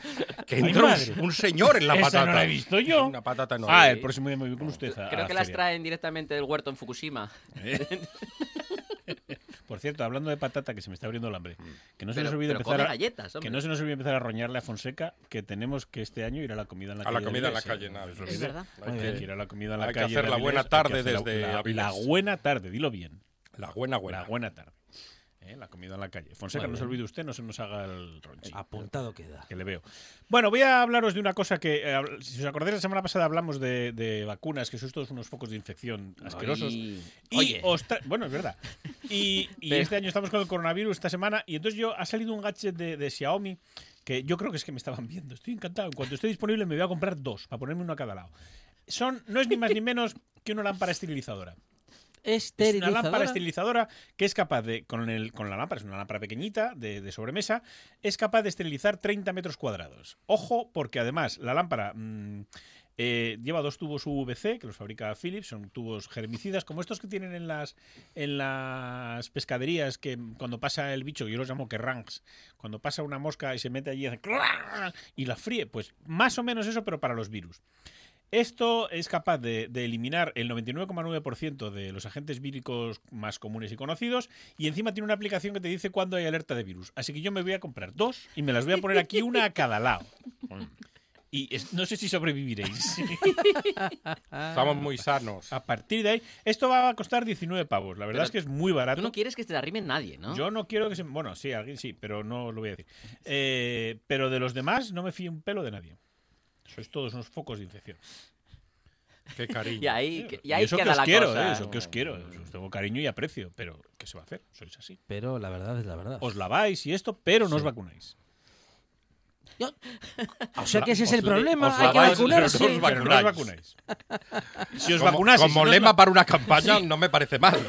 que entra madre. un, un señor en la Esa patata. no la he visto yo. Una patata enorme. Ah, el próximo día me voy con usted. a- a Creo la que las feria. traen directamente del huerto en Fukushima. Por cierto, hablando de patata, que se me está abriendo el hambre. Que no se Hmm. Pero- nos olvide pero empezar come a, galletas, que hombre. no se nos olvide empezar a roñarle a Fonseca que tenemos que este año ir a la comida en la a calle. la de comida en la Avilés, calle, ¿eh? nada. Es verdad. Hay que ir a la comida en la Hay que calle. hacer de la Avilés, buena hay que tarde hacer la- desde la- la Avilés. buena tarde, dilo bien. La buena, buena. La buena tarde. Eh, La comida en la calle. Fonseca, Muy no se bien. olvide usted, no se nos haga el ronchi. Apuntado queda. Que le veo. Bueno, voy a hablaros de una cosa que, eh, habl- si os acordáis, la semana pasada hablamos de, de vacunas, que sois todos unos focos de infección asquerosos. Ay, Y Oye, os tra- bueno, es verdad. Y, y Pero- este año estamos con el coronavirus esta semana y entonces yo ha salido un gadget de, de Xiaomi que yo creo que es que me estaban viendo. Estoy encantado. En cuanto esté disponible me voy a comprar dos para ponerme uno a cada lado. Son, no es ni más ni menos que una lámpara esterilizadora. Es una Esterilizadora. lámpara esterilizadora que es capaz de, con, el, con la lámpara, es una lámpara pequeñita de, de sobremesa, es capaz de esterilizar 30 metros cuadrados. Ojo, porque además la lámpara mm, eh, lleva dos tubos UVC que los fabrica Philips, son tubos germicidas como estos que tienen en las, en las pescaderías que mm, cuando pasa el bicho, yo los llamo kerrangs, cuando pasa una mosca y se mete allí hace crac y la fríe, pues más o menos eso, pero para los virus. Esto es capaz de, de eliminar el 99,9% de los agentes víricos más comunes y conocidos y encima tiene una aplicación que te dice cuándo hay alerta de virus. Así que yo me voy a comprar dos y me las voy a poner aquí una a cada lado. Y es- no sé si sobreviviréis. Estamos muy sanos. A partir de ahí, esto va a costar 19 pavos. La verdad Pero es que es muy tú barato. no quieres que te arrimen nadie, ¿no? Yo no quiero que se... Bueno, sí, alguien sí, pero no lo voy a decir. Eh, pero de los demás no me fío un pelo de nadie. Sois todos unos focos de infección. Qué cariño. Y ahí, que- y ahí eso que queda os la quiero, cosa. eh, eso que os quiero. Os tengo cariño y aprecio, pero ¿qué se va a hacer? Sois así. Pero la verdad es la verdad. Os laváis y esto, pero no os vacunáis. o sea que ese es os el la- problema. os Hay que laváis, pero no vacunarse. os va- Pero no os vacunáis. Si os Como- vacunaseis... Como y no os lema va- para una campaña no me parece mal.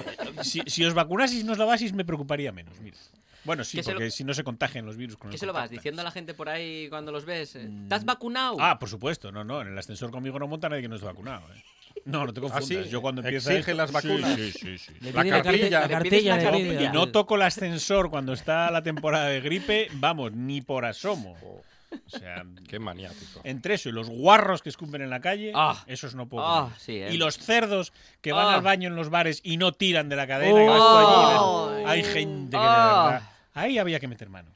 si, si os vacunaseis y no os lavaseis, me preocuparía menos. Mira. Bueno, sí, Que se lo- porque si no se contagian los virus con ¿Qué el se lo vas contacto. diciendo a la gente por ahí cuando los ves? Eh, ¿Te has vacunado? Ah, por supuesto, no, no, en el ascensor conmigo no monta nadie que no esté vacunado. ¿eh? No, no te confundas. Ah, sí? Yo cuando empieza ¿Exigen las Sí, vacunas? Sí, sí, sí. Le La pide carte- cartilla. la Le pides cartilla, la le cartilla. pide. Y no toco el ascensor cuando está la temporada de gripe, vamos, ni por asomo. O sea, Qué maniático. entre eso y los guarros que escupen en la calle, Ah. esos no puedo. Ah, comer. sí, eh. Y los cerdos que van Ah. al baño en los bares y no tiran de la cadena. y Oh. van todo lleno. Hay gente que de Ah. verdad. Ahí había que meter mano.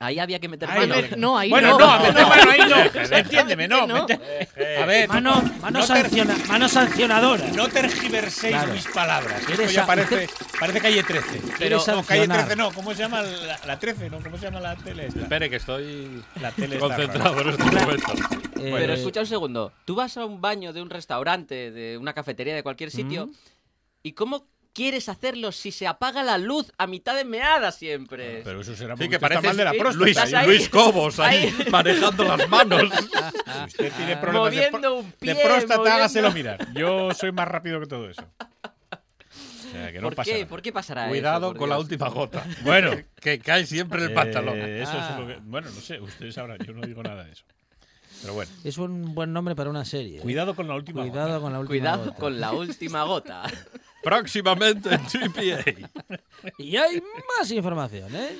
Ahí había que meter Ahí mano. no. Meter- no, ahí bueno, no. no, a meter mano ahí no. Entiéndeme, no. No. meter- Eh, A ver, Mano, mano, no te- sanciona- mano sancionadora. No tergiverséis Claro. mis palabras. Esto Eres ya a- parece, parece calle 13. Pero- no, calle sancionar. 13 no. ¿Cómo se llama la, la 13? No, ¿cómo se llama la tele? esta? Espere, que estoy La tele está concentrado en este momento. Eh, Pero escucha un segundo. Tú vas a un baño de un restaurante, de una cafetería, de cualquier sitio, Mm. ¿y cómo quieres hacerlo si se apaga la luz a mitad de meada siempre? Pero eso será Sí, porque que usted está parece mal de la próstata. ¿eh? Luis, Estás ahí. Luis Cobos ahí, Ahí. manejando las manos. Si usted tiene problemas de, Ah, Moviendo pro- un pie, de próstata, moviendo- hágaselo mirar. Yo soy más rápido que todo eso. O sea, sea, que no ¿Por, pasa qué? nada. ¿Por qué pasará Cuidado eso, por con la Dios? última gota. Bueno, Que cae siempre el eh, pantalón. eso Ah. es lo que- bueno, no sé, ustedes sabrán, yo no digo nada de eso. Pero bueno, Es un buen nombre para una serie. ¿eh? cuidado con la última. Cuidado gota. con la última. Cuidado gota. con la última gota. Próximamente en GPA. Y hay más información, ¿eh?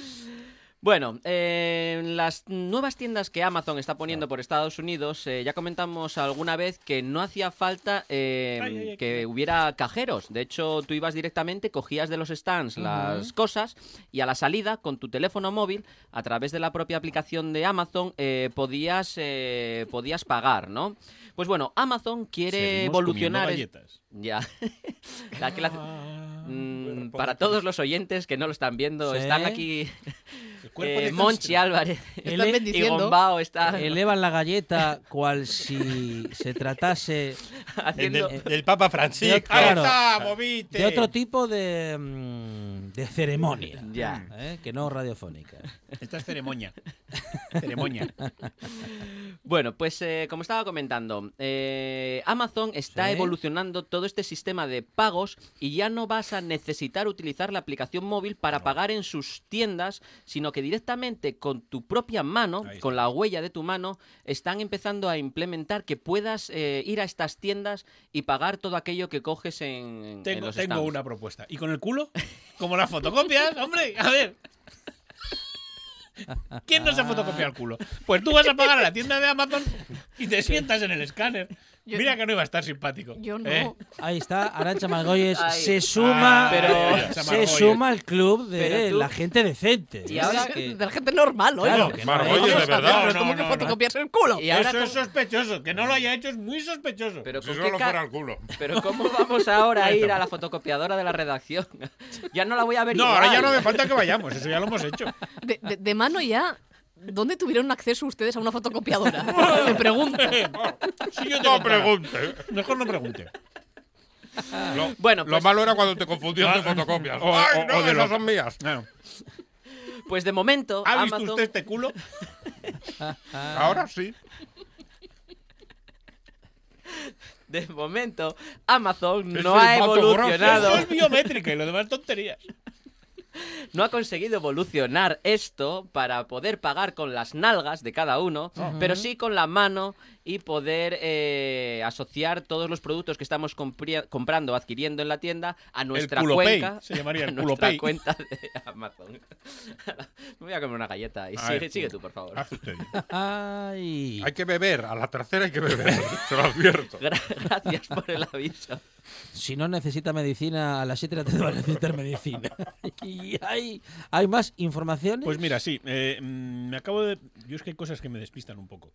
Bueno, eh, las nuevas tiendas que Amazon está poniendo por Estados Unidos, eh, ya comentamos alguna vez que no hacía falta eh, Ay, ay, ay, que hubiera cajeros. De hecho, tú ibas directamente, cogías de los stands las cosas y a la salida, con tu teléfono móvil, a través de la propia aplicación de Amazon, eh, podías, eh, podías pagar, ¿no? Pues bueno, Amazon quiere Seguimos evolucionar. comiendo galletas. es- Ya. La que la- Ah, Mm, cuerpo para de todos los oyentes que no lo están viendo, Sí. están aquí El cuerpo eh, de este Monchi Cristo. Álvarez Ele- y Gombao Ah, están Elevan la galleta cual si se tratase El haciendo... del, del Papa De Francisco. otro- claro. está, movite! de otro tipo de, mm, de ceremonia. Ya. Mm. ¿eh? Que no radiofónica. Esta es ceremonia. ceremonia. Bueno, pues eh, como estaba comentando, eh, Amazon está Sí. evolucionando todo este sistema de pagos y ya no vas a necesitar utilizar la aplicación móvil para pagar en sus tiendas, sino que directamente con tu propia mano, Ahí está. con la huella de tu mano, están empezando a implementar que puedas eh, ir a estas tiendas y pagar todo aquello que coges en, en Tengo, los tengo stands. una propuesta. ¿Y con el culo? Como las fotocopias, hombre, a ver. ¿Quién no se fotocopia el culo? Pues tú vas a pagar a la tienda de Amazon y te sientas en el escáner. Yo- Mira que no iba a estar simpático. Yo no. ¿Eh? Ahí está, Arancha Margolles Ay. se suma, Ah, pero- se Margolles. suma al club Pero de tú- la gente decente. Y ahora- que- De la gente normal, oye. Claro, que no, Margolles, oye, de verdad. No, ¿Cómo no, que no, fotocopiarse el culo? Y ahora Eso con- es sospechoso. Que no lo haya hecho es muy sospechoso. Pero Si con solo qué ca- Ah, fuera el culo. Pero ¿cómo vamos ahora a ir a la fotocopiadora de la redacción? Ya no la voy a ver no, igual. ahora ya no hace falta que vayamos. Eso ya lo hemos hecho. De, de- de mano ya, ¿dónde tuvieron acceso ustedes a una fotocopiadora? Me pregunto. Si yo te No contara. pregunte. Mejor no pregunte. Lo, Bueno, lo pues- malo era cuando te confundías de fotocopias. O- ¡Ay, o- no, o de esas lo- son mías! Claro. Pues de momento, ¿Ha visto Amazon... usted este culo? Ahora sí. De momento, Amazon Es no el ha Mato Grosso. evolucionado, Eso es biométrica y lo demás tonterías. no ha conseguido evolucionar esto para poder pagar con las nalgas de cada uno, pero sí con la mano y poder eh, asociar todos los productos que estamos compri- comprando, adquiriendo en la tienda a nuestra culo pay, cuenca, se llamaría a el culo nuestra pay. cuenta de Amazon. Me voy a comer una galleta y A sigue, ver, Ah, sigue tú, por favor. Haz usted. Ay. Hay que beber. A la tercera hay que beber. Se lo advierto. Gra- Gracias por el aviso. Si no necesita medicina, a las 7 de la tarde va a necesitar medicina. y hay, hay más informaciones. Pues mira, sí, eh, mm, me acabo de... Yo es que hay cosas que me despistan un poco.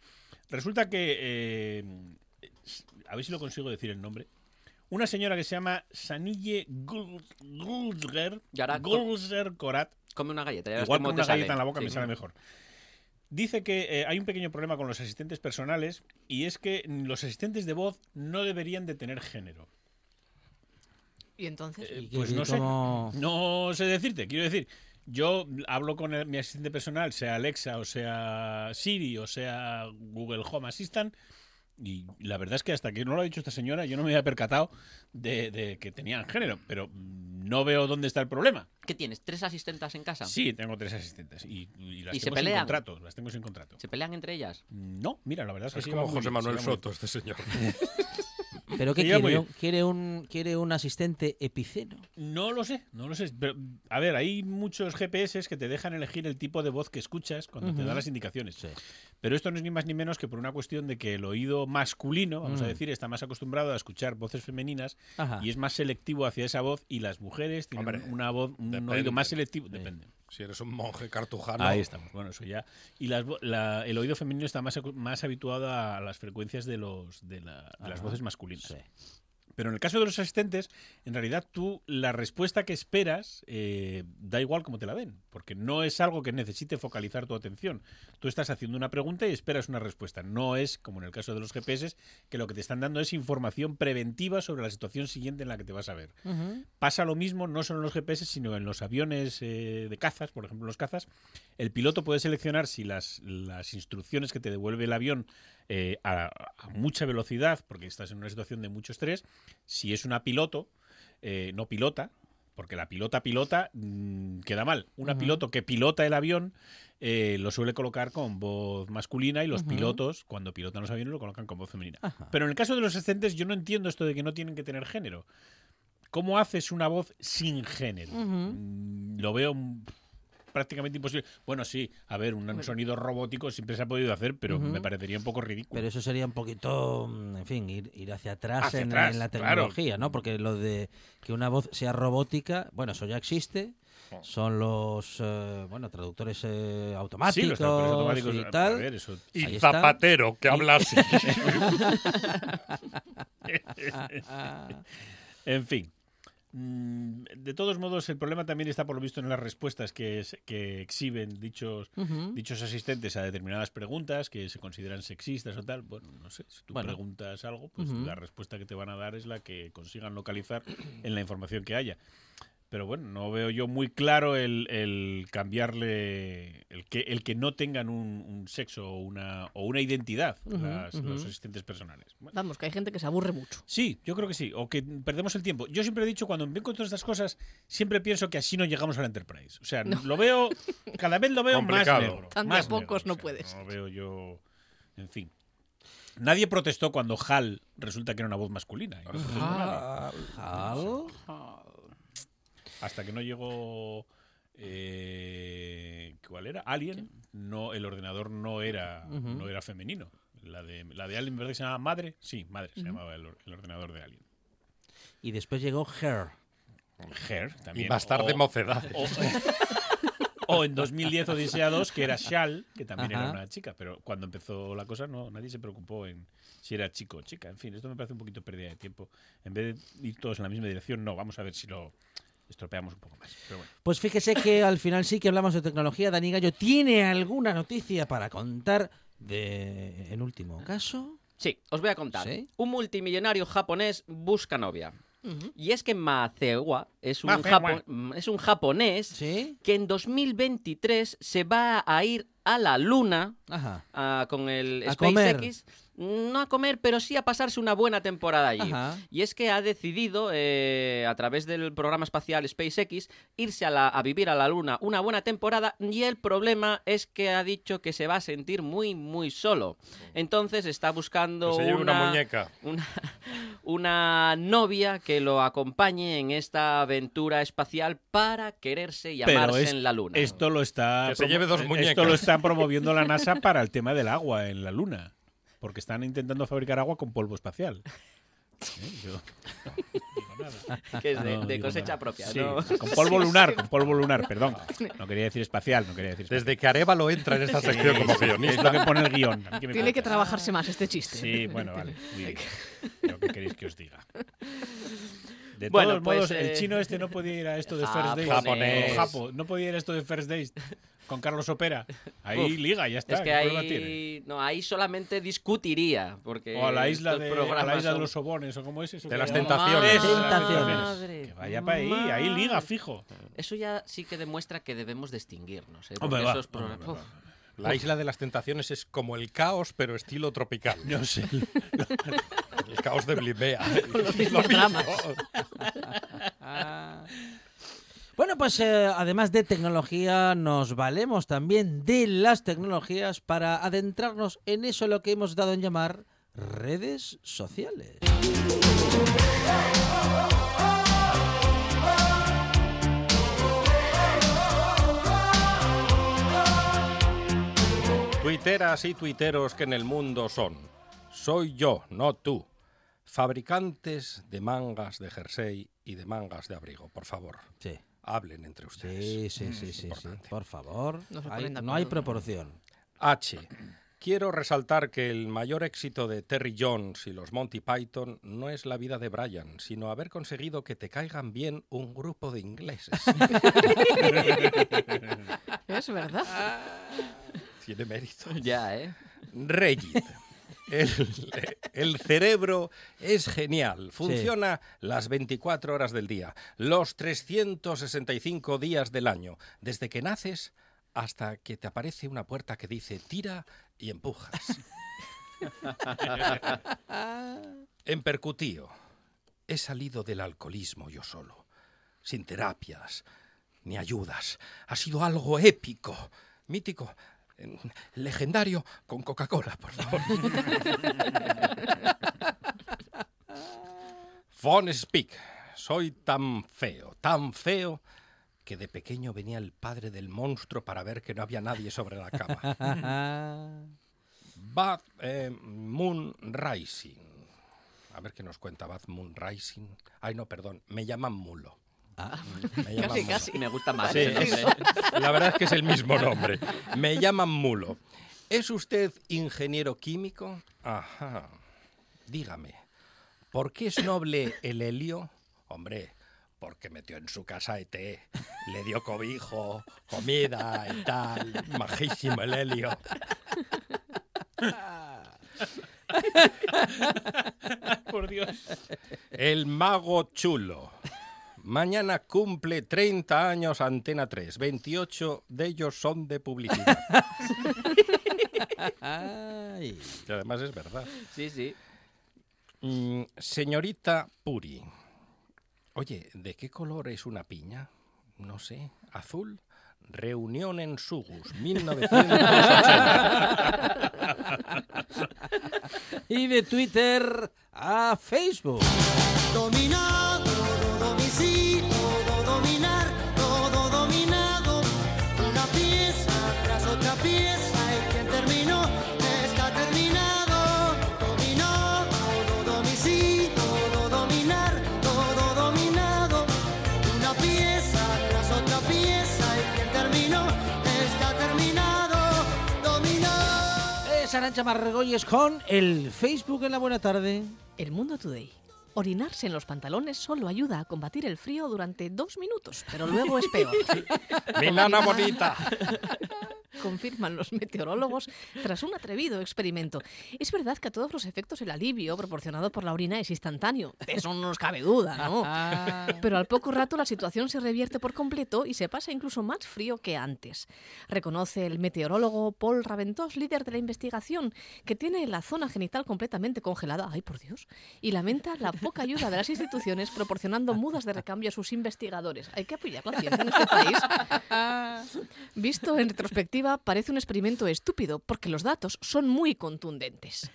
Resulta que... eh, s- a ver si lo consigo decir el nombre. Una señora que se llama Sanille Gul- Gulger Yarat- Gulger Korat. Come una galleta. ya verás Igual cómo con te una sale. galleta en la boca Sí. me sale mejor. Dice que eh, hay un pequeño problema con los asistentes personales y es que los asistentes de voz no deberían de tener género. Y entonces, Eh, Y que- pues y no sé. como- No sé decirte, quiero decir, yo hablo con el- mi asistente personal, sea Alexa o sea Siri o sea Google Home Assistant, y la verdad es que hasta que no lo ha dicho esta señora, yo no me había percatado de, de que tenían género, pero mm, no veo dónde está el problema. ¿Qué tienes? ¿Tres asistentas en casa? Sí, tengo tres asistentes y, y las ¿Y se tengo sin pelean? contrato, las tengo sin contrato. ¿Se pelean entre ellas? No, mira, la verdad es que Es se llevan como muy José bien, se Manuel llevan muy bien. Soto, este señor. ¿Pero qué Ella muy quiere? bien. ¿Un- ¿Quiere un, ¿Quiere un asistente epiceno? No lo sé, no lo sé. Pero, a ver, hay muchos GPS que te dejan elegir el tipo de voz que escuchas cuando te Ujú. dan las indicaciones. Sí. Pero esto no es ni más ni menos que por una cuestión de que el oído masculino, vamos a Mm. decir, está más acostumbrado a escuchar voces femeninas Ajá. y es más selectivo hacia esa voz y las mujeres tienen Hombre, una voz, un depende. oído más selectivo. Depende. Si eres un monje cartujano. Ahí estamos. Bueno, eso ya. Y las vo- la- el oído femenino está más, acu- más habituado a las frecuencias de, los, de, la- de las Ajá. voces masculinas. Sí. Pero en el caso de los asistentes, en realidad tú la respuesta que esperas eh, da igual como te la den, porque no es algo que necesite focalizar tu atención. Tú estás haciendo una pregunta y esperas una respuesta. No es, como en el caso de los GPS, que lo que te están dando es información preventiva sobre la situación siguiente en la que te vas a ver. Ujú. Pasa lo mismo no solo en los GPS, sino en los aviones eh, de cazas, por ejemplo, los cazas. El piloto puede seleccionar si las, las instrucciones que te devuelve el avión eh, a, a mucha velocidad, porque estás en una situación de mucho estrés, si es una piloto, eh, no pilota, Porque la pilota pilota mm, queda mal. Una piloto que pilota el avión eh, lo suele colocar con voz masculina y los pilotos, cuando pilotan los aviones, lo colocan con voz femenina. Pero en el caso de los ascendentes, yo no entiendo esto de que no tienen que tener género. ¿Cómo haces una voz sin género? Mm, Lo veo mm, prácticamente imposible. Bueno, sí, a ver, un sonido robótico siempre se ha podido hacer, pero me parecería un poco ridículo. Pero eso sería un poquito, mm, en fin, ir, ir hacia atrás, Hacia en, atrás, en la claro. tecnología, ¿no? Porque lo de que una voz sea robótica, bueno, eso ya existe. Son los eh, bueno traductores eh, automáticos, sí, Oh. los traductores automáticos. y A tal. ver, eso- Y Ahí está. Zapatero, que habla así. En fin. Mm, De todos modos, el problema también está, por lo visto, en las respuestas que, es- que exhiben dichos, dichos asistentes a determinadas preguntas que se consideran sexistas o tal. Bueno, no sé, si tú Bueno. preguntas algo, pues la respuesta que te van a dar es la que consigan localizar en la información que haya. Pero bueno, no veo yo muy claro el, el cambiarle, el que, el que no tengan un, un sexo o una, o una identidad las- los asistentes personales. Bueno. Vamos, que hay gente que se aburre mucho. Sí, yo creo que sí, o que perdemos el tiempo. Yo siempre he dicho, cuando me encuentro estas cosas, siempre pienso que así no llegamos a la Enterprise. O sea, lo veo, cada vez lo veo Complicado. más negro. Tan de más a pocos negro, no puede ser. No veo yo, en fin. Nadie protestó cuando Hal resulta que era una voz masculina. y no protestó nadie. Al- Hasta que no llegó, eh, ¿cuál era? Alien. No, el ordenador no era, no era femenino. La de, la de Alien, ¿verdad que se llamaba Madre? Sí, Madre se llamaba el or- el ordenador de Alien. Y después llegó Her. Her también. Y más tarde o- mocedad. o, o en 2010 Odisea 2, que era Shal, que también Ajá. era una chica, pero cuando empezó la cosa no nadie se preocupó en si era chico o chica. En fin, esto me parece un poquito pérdida de tiempo. En vez de ir todos en la misma dirección, no, vamos a ver si lo estropeamos un poco más. Pero bueno. Pues fíjese que al final sí que hablamos de tecnología. Dani Gallo tiene alguna noticia para contar de, en último caso. Sí, os voy a contar. ¿Sí? Un multimillonario japonés busca novia. Y es que Maezawa es un, Maezawa. japo- mm, es un japonés Sí. que en 2023 se va a ir a la luna Ajá. ah, con el A SpaceX. No a comer, pero sí a pasarse una buena temporada allí. Ajá. Y es que ha decidido, eh, a través del programa espacial SpaceX, irse a, la- a vivir a la Luna una buena temporada y el problema es que ha dicho que se va a sentir muy, muy solo. Entonces está buscando Que se lleve una muñeca. Una, una novia que lo acompañe en esta aventura espacial para quererse y amarse es- en la Luna. Esto lo está Que se promo- eh, lleve dos Esto muñecas. lo está promoviendo la NASA para el tema del agua en la Luna, porque están intentando fabricar agua con polvo espacial. Eh, yo- Ah, que es de, No, de digo cosecha nada. propia, Sí, ¿no? Con polvo lunar, con polvo lunar, perdón. No quería decir espacial, no quería decir espacial. Desde que Arevalo entra en esta sección como Es lo guionista. que pone el guión. a mí me Tiene que cuentas. trabajarse más este chiste. Sí, bueno, vale. muy bien. Lo que queréis que os diga. De Bueno, todos pues, modos, eh, el chino este no podía ir a esto de First Days. Japonés. Con Japo, no podía ir a esto de First Days con Carlos Opera. Ahí Uf, liga, ya está. Es que ¿qué problema tiene? ahí, no, ahí solamente discutiría. Porque O a la isla, estos de, a la programas isla de son- los sobones, o cómo es eso. De que las llaman? tentaciones. Eso, las Tentaciones. Madre, Que vaya para ahí, ahí liga, fijo. Eso ya sí que demuestra que debemos distinguirnos. ¿eh? Hombre, Porque va, esos hombre, programas- va. La isla de las tentaciones es como el caos, pero estilo tropical. No sé. El caos de Blivea. ah, Bueno, pues eh, además de tecnología, nos valemos también de las tecnologías para adentrarnos en eso lo que hemos dado en llamar redes sociales. Tuiteras y tuiteros que en el mundo son. Soy yo, no tú. Fabricantes de mangas de jersey y de mangas de abrigo, por favor. Sí, Hablen entre ustedes. sí, sí, Mm, sí, sí, sí. importante. Por favor, No se Hay- ponen de no hay acuerdo. proporción. H. Quiero resaltar que el mayor éxito de Terry Jones y los Monty Python no es la vida de Brian, sino haber conseguido que te caigan bien un grupo de ingleses. Es verdad. Tiene mérito. Ya, ¿eh? Regid. El, el cerebro es genial, funciona las 24 horas del día, los 365 días del año, desde que naces hasta que te aparece una puerta que dice tira y empujas. en percutío, he salido del alcoholismo yo solo. sin terapias ni ayudas. Ha sido algo épico, mítico, eh, legendario con Coca-Cola, por favor. Von Speak. Soy tan feo, tan feo, que de pequeño venía el padre del monstruo para ver que no había nadie sobre la cama. Bad eh, Moon Rising. A ver qué nos cuenta Bad Moon Rising. Ay, no, perdón. Me llaman Mulo. Me llaman Ah. Casi, Mulo. casi. Y me gusta más. ¿eh? Sí, ese nombre. es- la verdad es que es el mismo nombre. Me llaman Mulo. ¿Es usted ingeniero químico? Ajá. Dígame, ¿por qué es noble el helio? Hombre, porque metió en su casa ET, le dio cobijo, comida y tal. Majísimo el helio. Por Dios. El mago chulo. Mañana cumple 30 años Antena 3. 28 de ellos son de publicidad. Ay. Y además es verdad. Sí, sí. Mm, señorita Puri. Oye, ¿de qué color es una piña? No sé. ¿Azul? Reunión en Sugus, 1980. Y de Twitter a Facebook. Dominado, domicilio, dominar, todo dominado. Una pieza tras otra pieza y quien terminó está terminado. Dominó, todo domicilio, dominar, todo dominado. Una pieza tras otra pieza y quien terminó está terminado. Dominó. Es Arancha Margolles con el Facebook en la buena tarde. El Mundo Today. Orinarse en los pantalones solo ayuda a combatir el frío durante dos minutos, pero luego es peor. ¡Mi nana bonita! confirman los meteorólogos tras un atrevido experimento. Es verdad que a todos los efectos el alivio proporcionado por la orina es instantáneo, de eso no nos cabe duda, ¿no? Pero al poco rato la situación se revierte por completo y se pasa incluso más frío que antes. Reconoce el meteorólogo Paul Raventós, líder de la investigación, que tiene la zona genital completamente congelada, ay por Dios, y lamenta la poca ayuda de las instituciones proporcionando mudas de recambio a sus investigadores. Hay que apoyar la ciencia en este país. Visto en retrospectiva, parece un experimento estúpido porque los datos son muy contundentes.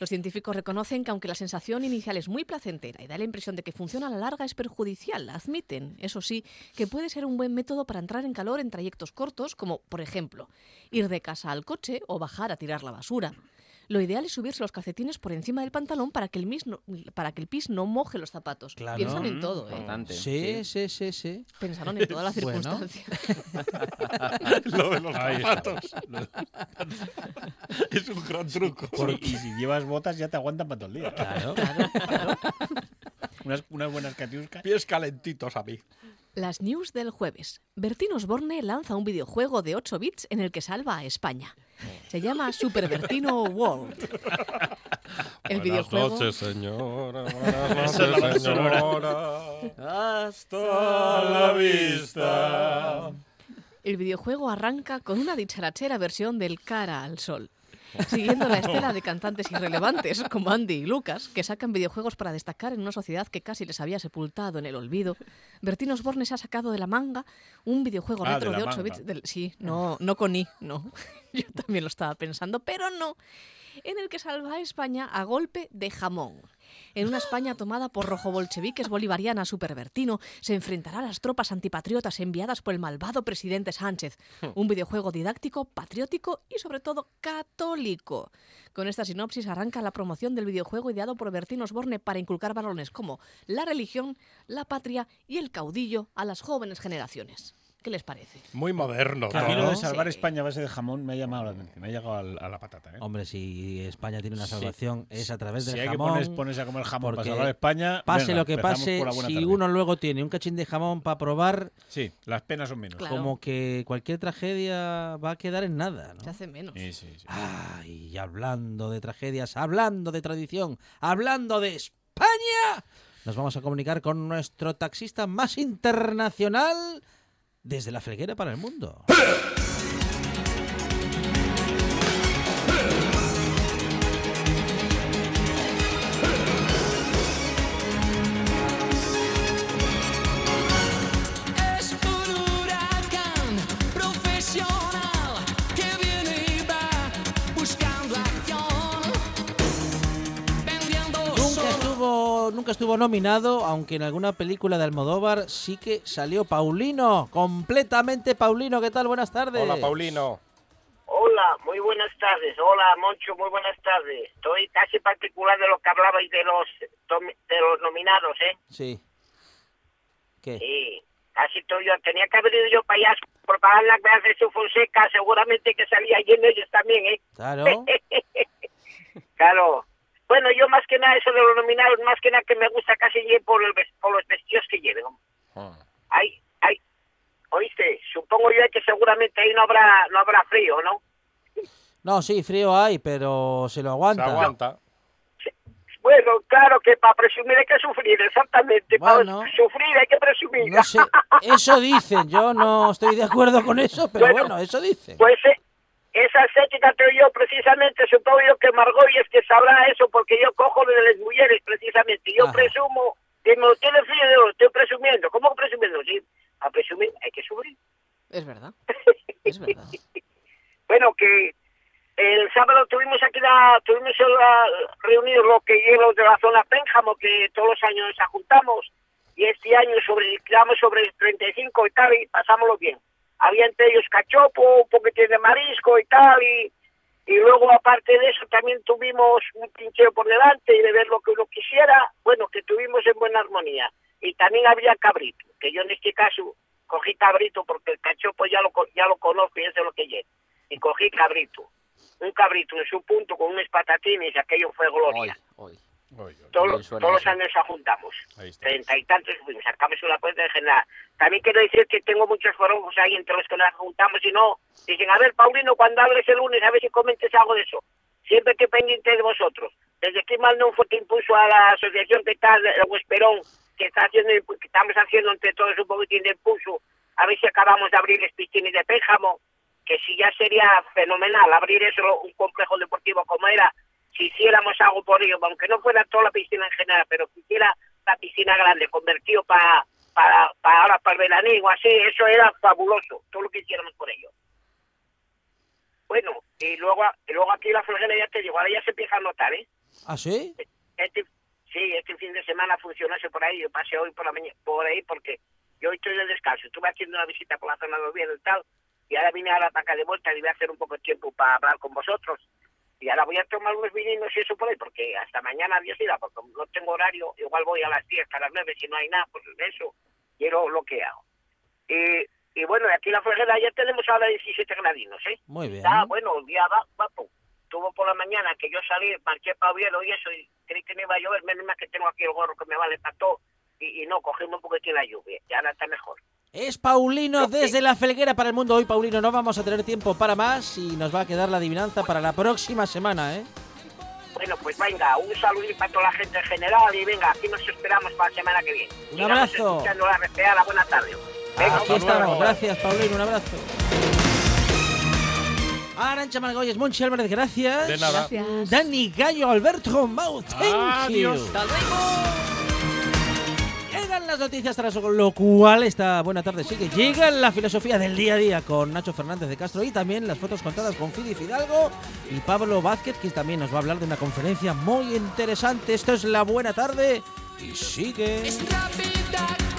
Los científicos reconocen que aunque la sensación inicial es muy placentera y da la impresión de que funciona a la larga, es perjudicial. Admiten, eso sí, que puede ser un buen método para entrar en calor en trayectos cortos, como, por ejemplo, ir de casa al coche o bajar a tirar la basura. Lo ideal es subirse los calcetines por encima del pantalón para que el, mis no- para que el pis no moje los zapatos. Claro. Piensan en Mm, todo, ¿eh? importante, Sí, sí, sí, sí. Pensaron en todas las Bueno. circunstancias. Lo de los Ahí está. zapatos. Es un gran truco. Y, y si llevas botas ya te aguantan para todo el día. Claro. Unas, unas buenas catiuscas. Pies calentitos a mí. Las news del jueves. Bertín Osborne lanza un videojuego de 8 bits en el que salva a España. Se llama Super Bertino World. El videojuego. señora. Esa es la banda sonora. Hasta El videojuego arranca con una dicharachera versión del Cara al Sol, siguiendo la estela de cantantes irrelevantes como Andy y Lucas, que sacan videojuegos para destacar en una sociedad que casi les había sepultado en el olvido. Bertín Osborne se ha sacado de la manga un videojuego Ah, retro de de, la 8 manga. bits. del- sí, no, no con I, no. Yo también lo estaba pensando, pero no. En el que salva a España a golpe de jamón. En una España tomada por rojo bolcheviques bolivariana supervertino, se enfrentará a las tropas antipatriotas enviadas por el malvado presidente Sánchez. Un videojuego didáctico, patriótico y sobre todo católico. Con esta sinopsis arranca la promoción del videojuego ideado por Bertín Osborne para inculcar valores como la religión, la patria y el caudillo a las jóvenes generaciones. ¿Qué les parece? Muy moderno. A mí lo de Sí. salvar España a base de jamón me ha llamado la atención. Me ha llegado al- a la patata. ¿eh? Hombre, si España tiene una Sí. salvación es a través del si hay jamón. que poner- ponerse a comer jamón para porque salvar España, Pase venga, lo que empezamos pase, por la buena si tarde. uno luego tiene un cachín de jamón para probar, Sí, las penas son menos. Claro. como que cualquier tragedia va a quedar en nada, ¿no? Se hace menos. Sí, sí, sí. Ay, y hablando de tragedias, hablando de tradición, hablando de España, nos vamos a comunicar con nuestro taxista más internacional desde la freguera para el mundo. nunca estuvo nominado, aunque en alguna película de Almodóvar sí que salió Paulino, completamente Paulino. ¿Qué tal? Buenas tardes. Hola, Paulino. Hola, muy buenas tardes. Hola, Moncho, muy buenas tardes. Estoy casi particular de lo que hablabais de los de los nominados, ¿eh? Sí. ¿Qué? Sí, casi estoy yo. Tenía que haber ido yo para allá a propagar la clase de su Fonseca. Seguramente que salía lleno ellos también, ¿eh? Claro. Claro. Bueno, yo más que nada, eso de los nominados, más que nada que me gusta casi por, el ves- por los vestidos que lleven. hombre. Ay, ay, oíste, supongo yo que seguramente ahí no habrá, no habrá frío, ¿no? No, sí, frío hay, pero se lo Se aguanta. aguanta. Bueno, claro que para presumir hay que sufrir, exactamente. Bueno. Para sufrir hay que presumir. No sé, eso dicen, yo no estoy de acuerdo con eso, pero Bueno. bueno, eso dicen. Pues eh, esa estética que yo precisamente supongo yo que Margot y es que sabrá eso porque yo cojo lo de las mujeres precisamente. Yo Ajá. presumo que me lo tiene frío de lo estoy presumiendo. ¿Cómo presumiendo? Sí, a presumir hay que sufrir. Es verdad. Es verdad. Bueno, que el sábado tuvimos aquí la, tuvimos la, reunidos los que llevan de la zona Pénjamo, que todos los años nos juntamos, y este año sobre, quedamos sobre el 35 y tal, y pasámoslo bien. Había entre ellos cachopo, un poquitín de marisco y tal, y, y luego aparte de eso también tuvimos un pincheo por delante y de ver lo que uno quisiera, bueno, que tuvimos en buena armonía. Y también había cabrito, que yo en este caso cogí cabrito porque el cachopo ya lo, co- ya lo conozco y eso es lo que llevo y cogí cabrito. Un cabrito en su punto con unos patatines, aquello fue Hoy, gloria. hoy. Oye, oye. Todos, bien los- suena todos los eso. años nos juntamos. Ahí está. Treinta y tantos fuimos, sacamos una cuenta de general. También quiero decir que tengo muchos forofos ahí entre los que nos juntamos y no. Dicen, a ver, Paulino, cuando hables el lunes, a ver si comentes algo de eso. Siempre estoy pendiente de vosotros. Desde que Maldon fue que impuso a la asociación que está, el Huesperón, que, está haciendo, que estamos haciendo entre todos un poquitín de impulso, a ver si acabamos de abrir piscines de Pénjamo que si ya sería fenomenal abrir eso, un complejo deportivo como era, si hiciéramos algo por ello, aunque no fuera toda la piscina en general, pero si hiciera la piscina grande, convertido para para, para ahora para el veranín o así, eso era fabuloso, todo lo que hiciéramos por ello. Bueno, y luego, y luego aquí la florera ya te digo, ahora ya se empieza a notar, ¿eh? ¿Ah, sí? este, sí, este fin de semana funcionase por ahí. Yo pasé hoy por la mañana por ahí porque yo hoy estoy de descanso. Estuve haciendo una visita por la zona de Oviedo y tal. Y ahora vine ahora para acá de vuelta y voy a hacer un poco de tiempo para hablar con vosotros. Y ahora voy a tomar unos vininos y eso por ahí, porque hasta mañana Dios irá, porque como no tengo horario, igual voy a las 10, a las 9, si no hay nada, pues eso, quiero lo que hago. Y, y bueno, aquí en la Fuerguera ya tenemos ahora 17 gradinos, ¿eh? Muy bien. Ah, bueno, el día va, guapo. Tuvo por la mañana que yo salí, marché para Oviedo y eso, y creí que no iba a llover, menos mal que tengo aquí el gorro que me vale para todo. Y, y no, cogimos un poquitín la lluvia, y ahora está mejor. Es Paulino desde la Felguera para el mundo. Hoy, Paulino, no vamos a tener tiempo para más y nos va a quedar la adivinanza para la próxima semana, ¿eh? Bueno, pues venga, un saludo para toda la gente en general, y venga, aquí nos esperamos para la semana que viene. Un Sigamos abrazo. Ah. escuchando la respeada, buena tarde. Venga, Aquí hasta estamos. luego. Gracias, Paulino. Un abrazo. Arancha Margolles, Monchi Álvarez, gracias. De nada. Gracias. Dani Gallo, Alberto Mau, thank you. Adiós. ¡Hasta luego! Llegan las noticias tras lo cual esta buena tarde sigue. Llega la filosofía del día a día con Nacho Fernández de Castro y también las fotos contadas con Fidi Fidalgo y Pablo Vázquez, que también nos va a hablar de una conferencia muy interesante. Esto es la buena tarde y sigue. Esta vida